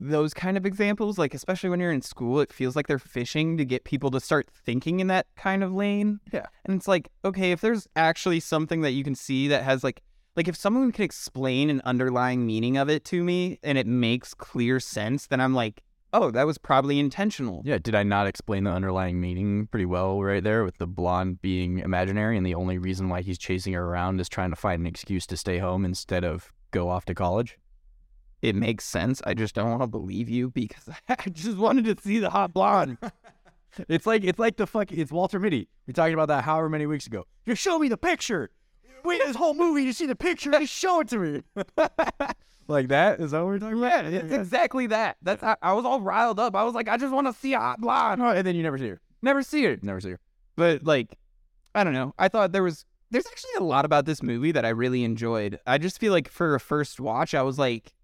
[SPEAKER 2] those kind of examples, like especially when you're in school, it feels like they're fishing to get people to start thinking in that kind of lane.
[SPEAKER 1] Yeah.
[SPEAKER 2] and it's like, okay, if there's actually something that you can see that has like, like if someone can explain an underlying meaning of it to me and it makes clear sense, then I'm like, oh, that was probably intentional.
[SPEAKER 1] Yeah, did I not explain the underlying meaning pretty well right there with the blonde being imaginary and the only reason why he's chasing her around is trying to find an excuse to stay home instead of go off to college?
[SPEAKER 2] it makes sense. I just don't want to believe you because <laughs> I just wanted to see the hot blonde.
[SPEAKER 1] It's like it's like the fuck it's Walter Mitty. We talking about that however many weeks ago. You show me the picture. Wait, this whole movie, you see the picture, just show it to me. <laughs> like that? Is that what we're talking
[SPEAKER 2] Yeah,
[SPEAKER 1] about?
[SPEAKER 2] it's exactly that. That's how, I was all riled up. I was like, I just want to see a blah, blah.
[SPEAKER 1] Oh, And then you never see her.
[SPEAKER 2] Never see her.
[SPEAKER 1] Never see her.
[SPEAKER 2] But like, I don't know. I thought there was there's actually a lot about this movie that I really enjoyed. I just feel like for a first watch, I was like,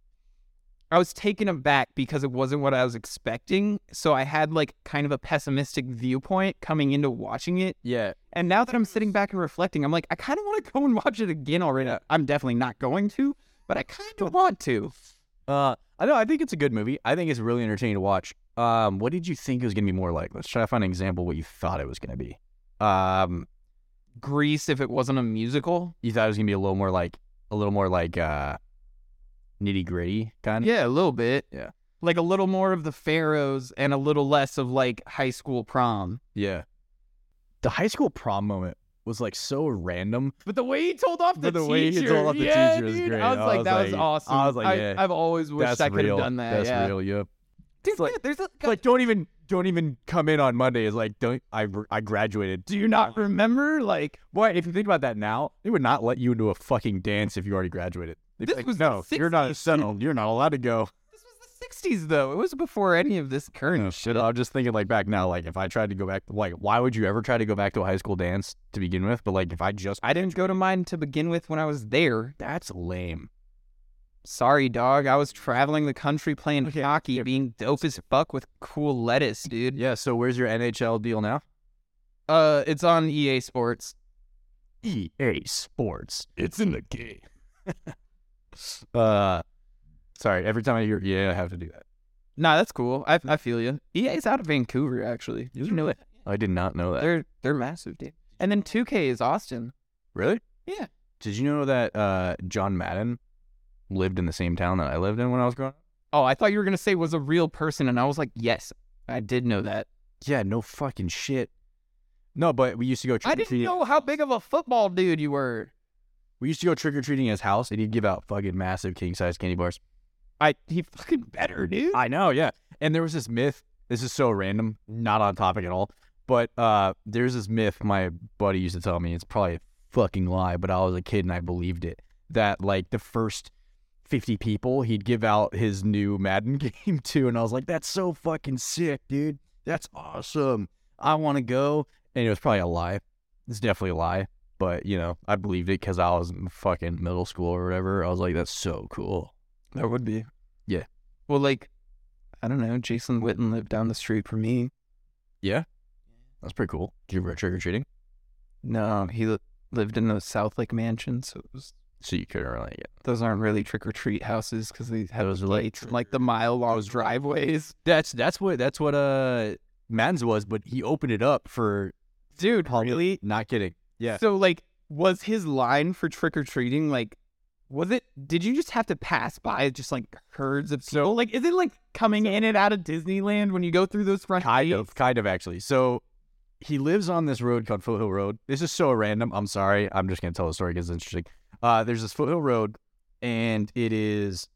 [SPEAKER 2] I was taken aback because it wasn't what I was expecting. So I had like kind of a pessimistic viewpoint coming into watching it.
[SPEAKER 1] Yeah.
[SPEAKER 2] And now that I'm sitting back and reflecting, I'm like, I kind of want to go and watch it again already. I'm definitely not going to, but I kind of want to.
[SPEAKER 1] Uh, I know. I think it's a good movie. I think it's really entertaining to watch. Um, what did you think it was gonna be more like? Let's try to find an example of what you thought it was gonna be. Um,
[SPEAKER 2] Grease, if it wasn't a musical.
[SPEAKER 1] you thought it was gonna be a little more like a little more like uh, nitty gritty kind of.
[SPEAKER 2] Yeah, a little bit.
[SPEAKER 1] Yeah.
[SPEAKER 2] Like a little more of the Pharaohs and a little less of like high school prom.
[SPEAKER 1] Yeah. The high school prom moment was like so random.
[SPEAKER 2] But the way he told off
[SPEAKER 1] But the way he told off the
[SPEAKER 2] yeah,
[SPEAKER 1] teacher was
[SPEAKER 2] dude,
[SPEAKER 1] great.
[SPEAKER 2] I was
[SPEAKER 1] I
[SPEAKER 2] like,
[SPEAKER 1] was
[SPEAKER 2] that was
[SPEAKER 1] like-
[SPEAKER 2] awesome.
[SPEAKER 1] I was like, yeah,
[SPEAKER 2] I've always wished
[SPEAKER 1] That's
[SPEAKER 2] I could
[SPEAKER 1] real.
[SPEAKER 2] have done that.
[SPEAKER 1] That's
[SPEAKER 2] yeah.
[SPEAKER 1] real. Yep.
[SPEAKER 2] Dude,
[SPEAKER 1] It's like-
[SPEAKER 2] yeah, there's a,
[SPEAKER 1] Like don't even don't even come in on Monday. It's like don't I I graduated.
[SPEAKER 2] do you not remember? Like,
[SPEAKER 1] Boy, if you think about that now, they would not let you into a fucking dance if you already graduated. They'd be
[SPEAKER 2] This
[SPEAKER 1] like,
[SPEAKER 2] was the
[SPEAKER 1] no, you're not
[SPEAKER 2] 60s,
[SPEAKER 1] settled. You're not allowed to go.
[SPEAKER 2] this was the 60s, though. It was before any of this current shit.
[SPEAKER 1] I'm just thinking like back now, like if I tried to go back, like why would you ever try to go back to a high school dance to begin with? But like if I just,
[SPEAKER 2] I didn't go to mine to begin with when I was there.
[SPEAKER 1] that's lame.
[SPEAKER 2] Sorry, dog. I was traveling the country playing
[SPEAKER 1] Okay,
[SPEAKER 2] hockey, being dope as fuck with cool lettuce, dude.
[SPEAKER 1] Yeah. So where's your NHL deal now?
[SPEAKER 2] Uh, it's on EA Sports.
[SPEAKER 1] EA E Sports. It's in the game. <laughs> uh, sorry. Every time I hear yeah, I have to do that.
[SPEAKER 2] Nah, that's cool. I I feel you. EA's out of Vancouver, actually.
[SPEAKER 1] Is
[SPEAKER 2] You
[SPEAKER 1] it
[SPEAKER 2] know it.
[SPEAKER 1] I did not know that.
[SPEAKER 2] They're they're massive, dude. And then 2K is Austin.
[SPEAKER 1] Really?
[SPEAKER 2] Yeah.
[SPEAKER 1] Did you know that uh, John Madden lived in the same town that I lived in when I was growing up?
[SPEAKER 2] Oh, I thought you were gonna say was a real person, and I was like, yes, I did know that.
[SPEAKER 1] Yeah, no fucking shit. No, but we used to go
[SPEAKER 2] I
[SPEAKER 1] trick or
[SPEAKER 2] didn't
[SPEAKER 1] treating.
[SPEAKER 2] know how big of a football dude you were.
[SPEAKER 1] We used to go trick or treating at his house, and he'd give out fucking massive king size candy bars.
[SPEAKER 2] I he fucking better, dude.
[SPEAKER 1] I know, yeah. And there was this myth. This is so random, not on topic at all. But uh, there's this myth my buddy used to tell me. It's probably a fucking lie, but I was a kid and I believed it. That like the first 50 people he'd give out his new Madden <laughs> game to, and I was like, that's so fucking sick, dude. That's awesome. I want to go. And it was probably a lie. It's definitely a lie. But you know, I believed it because I was in fucking middle school or whatever. I was like, that's so cool.
[SPEAKER 2] That would be.
[SPEAKER 1] Yeah.
[SPEAKER 2] Well, like, I don't know. Jason Witten lived down the street from me.
[SPEAKER 1] That's pretty cool. Did you ever trick or treating?
[SPEAKER 2] No, he li- lived in those South Lake mansions. So it was,
[SPEAKER 1] So you couldn't really get.
[SPEAKER 2] those aren't really trick or treat houses because they had
[SPEAKER 1] Those
[SPEAKER 2] those
[SPEAKER 1] are like
[SPEAKER 2] lights and like the mile long driveways.
[SPEAKER 1] That's that's what that's what uh Mans was, but he opened it up for
[SPEAKER 2] Dude,
[SPEAKER 1] Not kidding. Yeah.
[SPEAKER 2] So like, was his line for trick or treating like? Was it? Did you just have to pass by just like herds of people? like, is it like coming in and out of Disneyland when you go through those front
[SPEAKER 1] Kind of,
[SPEAKER 2] gates?
[SPEAKER 1] kind of actually. So he lives on this road called Foothill Road. This is so random. I'm sorry. I'm just gonna tell the story because it's interesting. Uh, there's this Foothill Road, and it is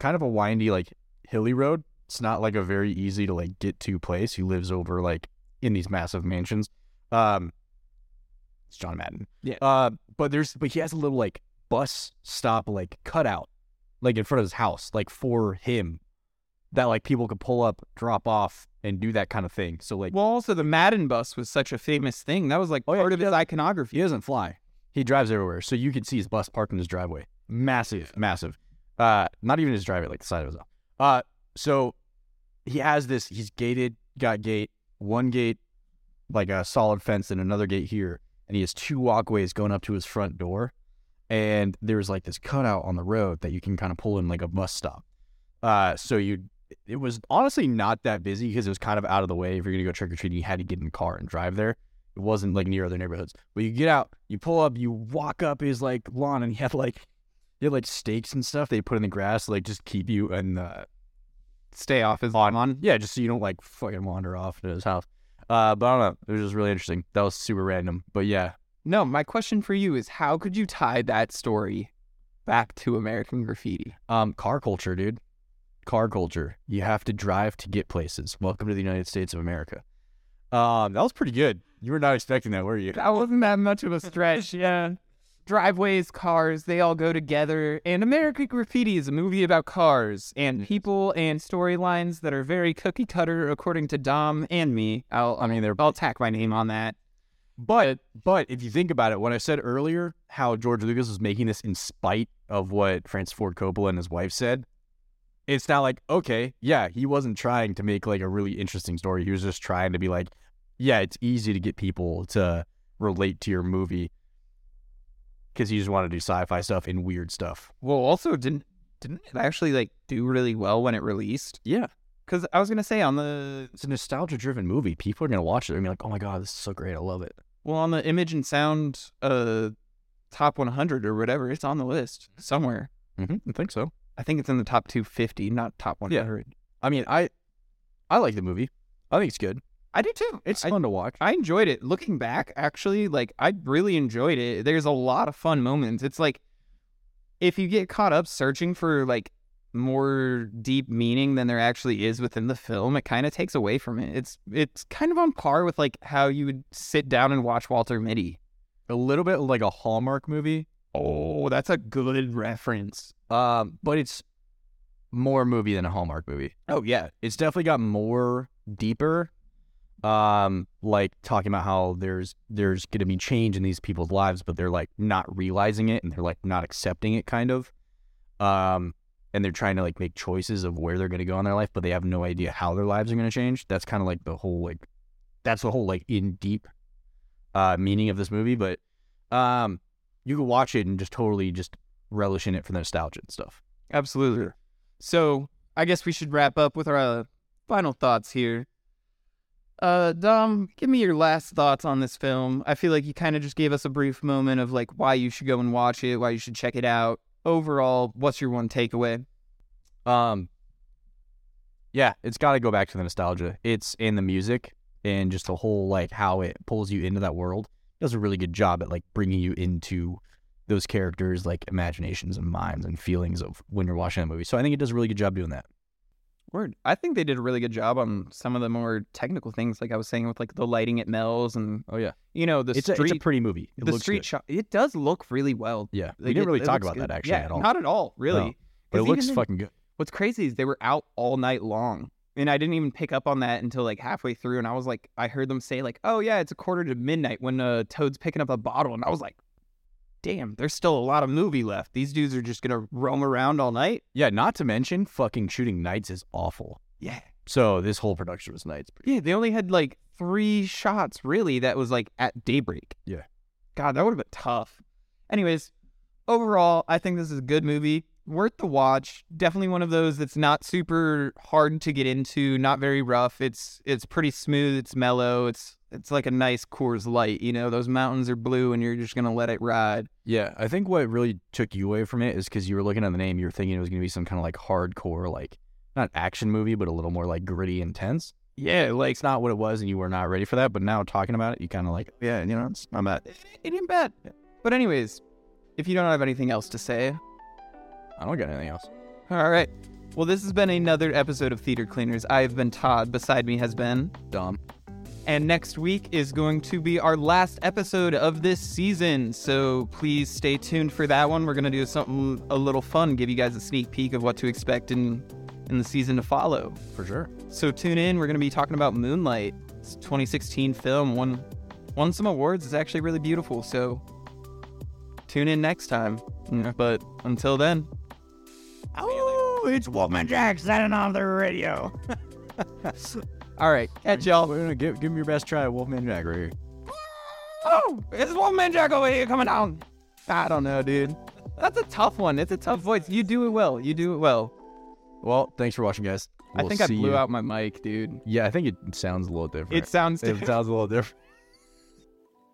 [SPEAKER 1] kind of a windy, like hilly road. It's not like a very easy to like get to place. He lives over like in these massive mansions. Um, it's John Madden.
[SPEAKER 2] Yeah.
[SPEAKER 1] Uh, but there's but he has a little like bus stop like cutout, like in front of his house, like for him. That like people could pull up, drop off, and do that kind of thing. So like
[SPEAKER 2] Well, also the Madden bus was such a famous thing. That was
[SPEAKER 1] Oh,
[SPEAKER 2] like part of his iconography.
[SPEAKER 1] he doesn't fly. He drives everywhere, so you can see his bus parked in his driveway. Massive, massive. Uh, not even his driveway, like the side of his house. Uh, so he has this. He's gated, got gate, one gate, like a solid fence, and another gate here, and he has two walkways going up to his front door. And there's like this cutout on the road that you can kind of pull in like a bus stop. Uh, so you, it was honestly not that busy because it was kind of out of the way. If you're gonna go trick or treating, you had to get in the car and drive there. It wasn't like near other neighborhoods. But you get out, you pull up, you walk up his like lawn, and he had like he had like stakes and stuff they put in the grass to like just keep you and uh,
[SPEAKER 2] Stay off his lawn.
[SPEAKER 1] yeah, just so you don't like fucking wander off to his house. Uh, but I don't know. It was just really interesting. That was super random. But yeah,
[SPEAKER 2] No, my question for you is how could you tie that story back to American graffiti?
[SPEAKER 1] um, car culture, dude. Car culture. You have to drive to get places. Welcome to the United States of America. Um, that was pretty good. You were not expecting that, were you? <laughs>
[SPEAKER 2] That wasn't that much of a stretch, yeah. driveways, cars, they all go together. And American Graffiti is a movie about cars and people and storylines that are very cookie cutter, according to Dom and me. I'll, I mean, they're, I'll tack my name on that.
[SPEAKER 1] But but if you think about it, when I said earlier how George Lucas was making this in spite of what Francis Ford Coppola and his wife said, it's not like okay, yeah, he wasn't trying to make like a really interesting story. He was just trying to be like, yeah, it's easy to get people to relate to your movie because he just wanted to do sci-fi stuff and weird stuff.
[SPEAKER 2] Well, also didn't didn't it actually like do really well when it released?
[SPEAKER 1] Yeah,
[SPEAKER 2] Because I was gonna say on the
[SPEAKER 1] it's a nostalgia-driven movie. People are gonna watch it and be like, oh my god, this is so great, I love it.
[SPEAKER 2] well on the Image and Sound uh top 100 or whatever, it's on the list somewhere.
[SPEAKER 1] Mm-hmm, I think so.
[SPEAKER 2] I think it's in the top 250, not top 100.
[SPEAKER 1] I mean, I I like the movie. I think it's good.
[SPEAKER 2] I do too.
[SPEAKER 1] It's
[SPEAKER 2] I,
[SPEAKER 1] fun to watch.
[SPEAKER 2] I enjoyed it. Looking back, actually, like I really enjoyed it. There's a lot of fun moments. It's like if you get caught up searching for like more deep meaning than there actually is within the film, it kind of takes away from it. It's it's kind of on par with like how you would sit down and watch Walter Mitty.
[SPEAKER 1] A little bit like a Hallmark movie,
[SPEAKER 2] Oh, that's a good reference.
[SPEAKER 1] um, but it's more movie than a Hallmark movie.
[SPEAKER 2] Oh yeah.
[SPEAKER 1] It's definitely got more deeper. Um, like talking about how there's there's gonna be change in these people's lives, but they're like not realizing it and they're like not accepting it, kind of. Um, and they're trying to like make choices of where they're gonna go in their life, but they have no idea how their lives are gonna change. That's kind of like the whole like, that's the whole like in deep, uh, meaning of this movie. But, um, you can watch it and just totally just relish in it for the nostalgia and stuff.
[SPEAKER 2] Absolutely. So I guess we should wrap up with our uh, final thoughts here. Uh, Dom, give me your last thoughts on this film. I feel like you kind of just gave us a brief moment of like why you should go and watch it, why you should check it out. Overall, what's your one takeaway?
[SPEAKER 1] Um, yeah, it's got to go back to the nostalgia. It's in the music and just the whole like how it pulls you into that world. It does a really good job at like bringing you into those characters' like imaginations and minds and feelings of when you're watching that movie. So I think it does a really good job doing that.
[SPEAKER 2] Word. I think they did a really good job on some of the more technical things, like I was saying with like the lighting at Mel's and
[SPEAKER 1] Oh yeah,
[SPEAKER 2] you know the
[SPEAKER 1] it's, a,
[SPEAKER 2] street.
[SPEAKER 1] it's a pretty movie. It
[SPEAKER 2] the
[SPEAKER 1] looks
[SPEAKER 2] street
[SPEAKER 1] good.
[SPEAKER 2] shot. It does look really well.
[SPEAKER 1] Yeah, we
[SPEAKER 2] Like,
[SPEAKER 1] didn't
[SPEAKER 2] it-
[SPEAKER 1] really
[SPEAKER 2] it
[SPEAKER 1] talk about
[SPEAKER 2] looks
[SPEAKER 1] that
[SPEAKER 2] good.
[SPEAKER 1] actually
[SPEAKER 2] Yeah,
[SPEAKER 1] at all.
[SPEAKER 2] Not at all, really.
[SPEAKER 1] No. but it
[SPEAKER 2] 'Cause
[SPEAKER 1] looks
[SPEAKER 2] even in-
[SPEAKER 1] fucking good.
[SPEAKER 2] What's crazy is they were out all night long. And I didn't even pick up on that until like halfway through. And I was like, I heard them say, like, oh, yeah, it's a quarter to midnight when uh, Toad's picking up a bottle. And I was like, damn, there's still a lot of movie left. These dudes are just going to roam around all night.
[SPEAKER 1] Yeah, not to mention fucking shooting nights is awful.
[SPEAKER 2] Yeah.
[SPEAKER 1] So this whole production was nights.
[SPEAKER 2] Yeah. They only had like three shots, really, that was like at daybreak.
[SPEAKER 1] Yeah.
[SPEAKER 2] God, that would have been tough. Anyways, overall, I think this is a good movie. Worth the watch. Definitely one of those that's not super hard to get into, not very rough. It's it's pretty smooth, it's mellow, it's it's like a nice Coors Light, you know, those mountains are blue and you're just gonna let it ride.
[SPEAKER 1] Yeah, I think what really took you away from it is because you were looking at the name, you were thinking it was going to be some kind of like hardcore, like not action movie, but a little more like gritty, intense.
[SPEAKER 2] Yeah, like
[SPEAKER 1] It's not what it was, and you were not ready for that. But now talking about it, you kind of like, yeah, you know, it's not bad.
[SPEAKER 2] it, it ain't bad. But anyways, if you don't have anything else to say,
[SPEAKER 1] I don't got anything else.
[SPEAKER 2] all right. Well, this has been another episode of Theater Cleaners. I have been Todd. Beside me has been
[SPEAKER 1] Dumb.
[SPEAKER 2] And next week is going to be our last episode of this season. So please stay tuned for that one. We're going to do something a little fun, give you guys a sneak peek of what to expect in, in the season to follow.
[SPEAKER 1] for sure.
[SPEAKER 2] So tune in. We're going to be talking about Moonlight. It's a 2016 film, won, won some awards. It's actually really beautiful. So tune in next time. But until then,
[SPEAKER 1] Oh, it's Wolfman Jack setting off the radio.
[SPEAKER 2] all right, catch y'all.
[SPEAKER 1] We're gonna give, give him your best try, Wolfman Jack, right here.
[SPEAKER 2] Oh, it's one man jack over here coming down. I don't know, dude. That's a tough one. It's a tough voice. You do it well. You do it well.
[SPEAKER 1] Well, thanks for watching, guys.
[SPEAKER 2] I
[SPEAKER 1] We'll
[SPEAKER 2] think I
[SPEAKER 1] see
[SPEAKER 2] blew
[SPEAKER 1] you-
[SPEAKER 2] out my mic, dude.
[SPEAKER 1] Yeah, I think it sounds a little different.
[SPEAKER 2] It sounds
[SPEAKER 1] it
[SPEAKER 2] different.
[SPEAKER 1] sounds a little different.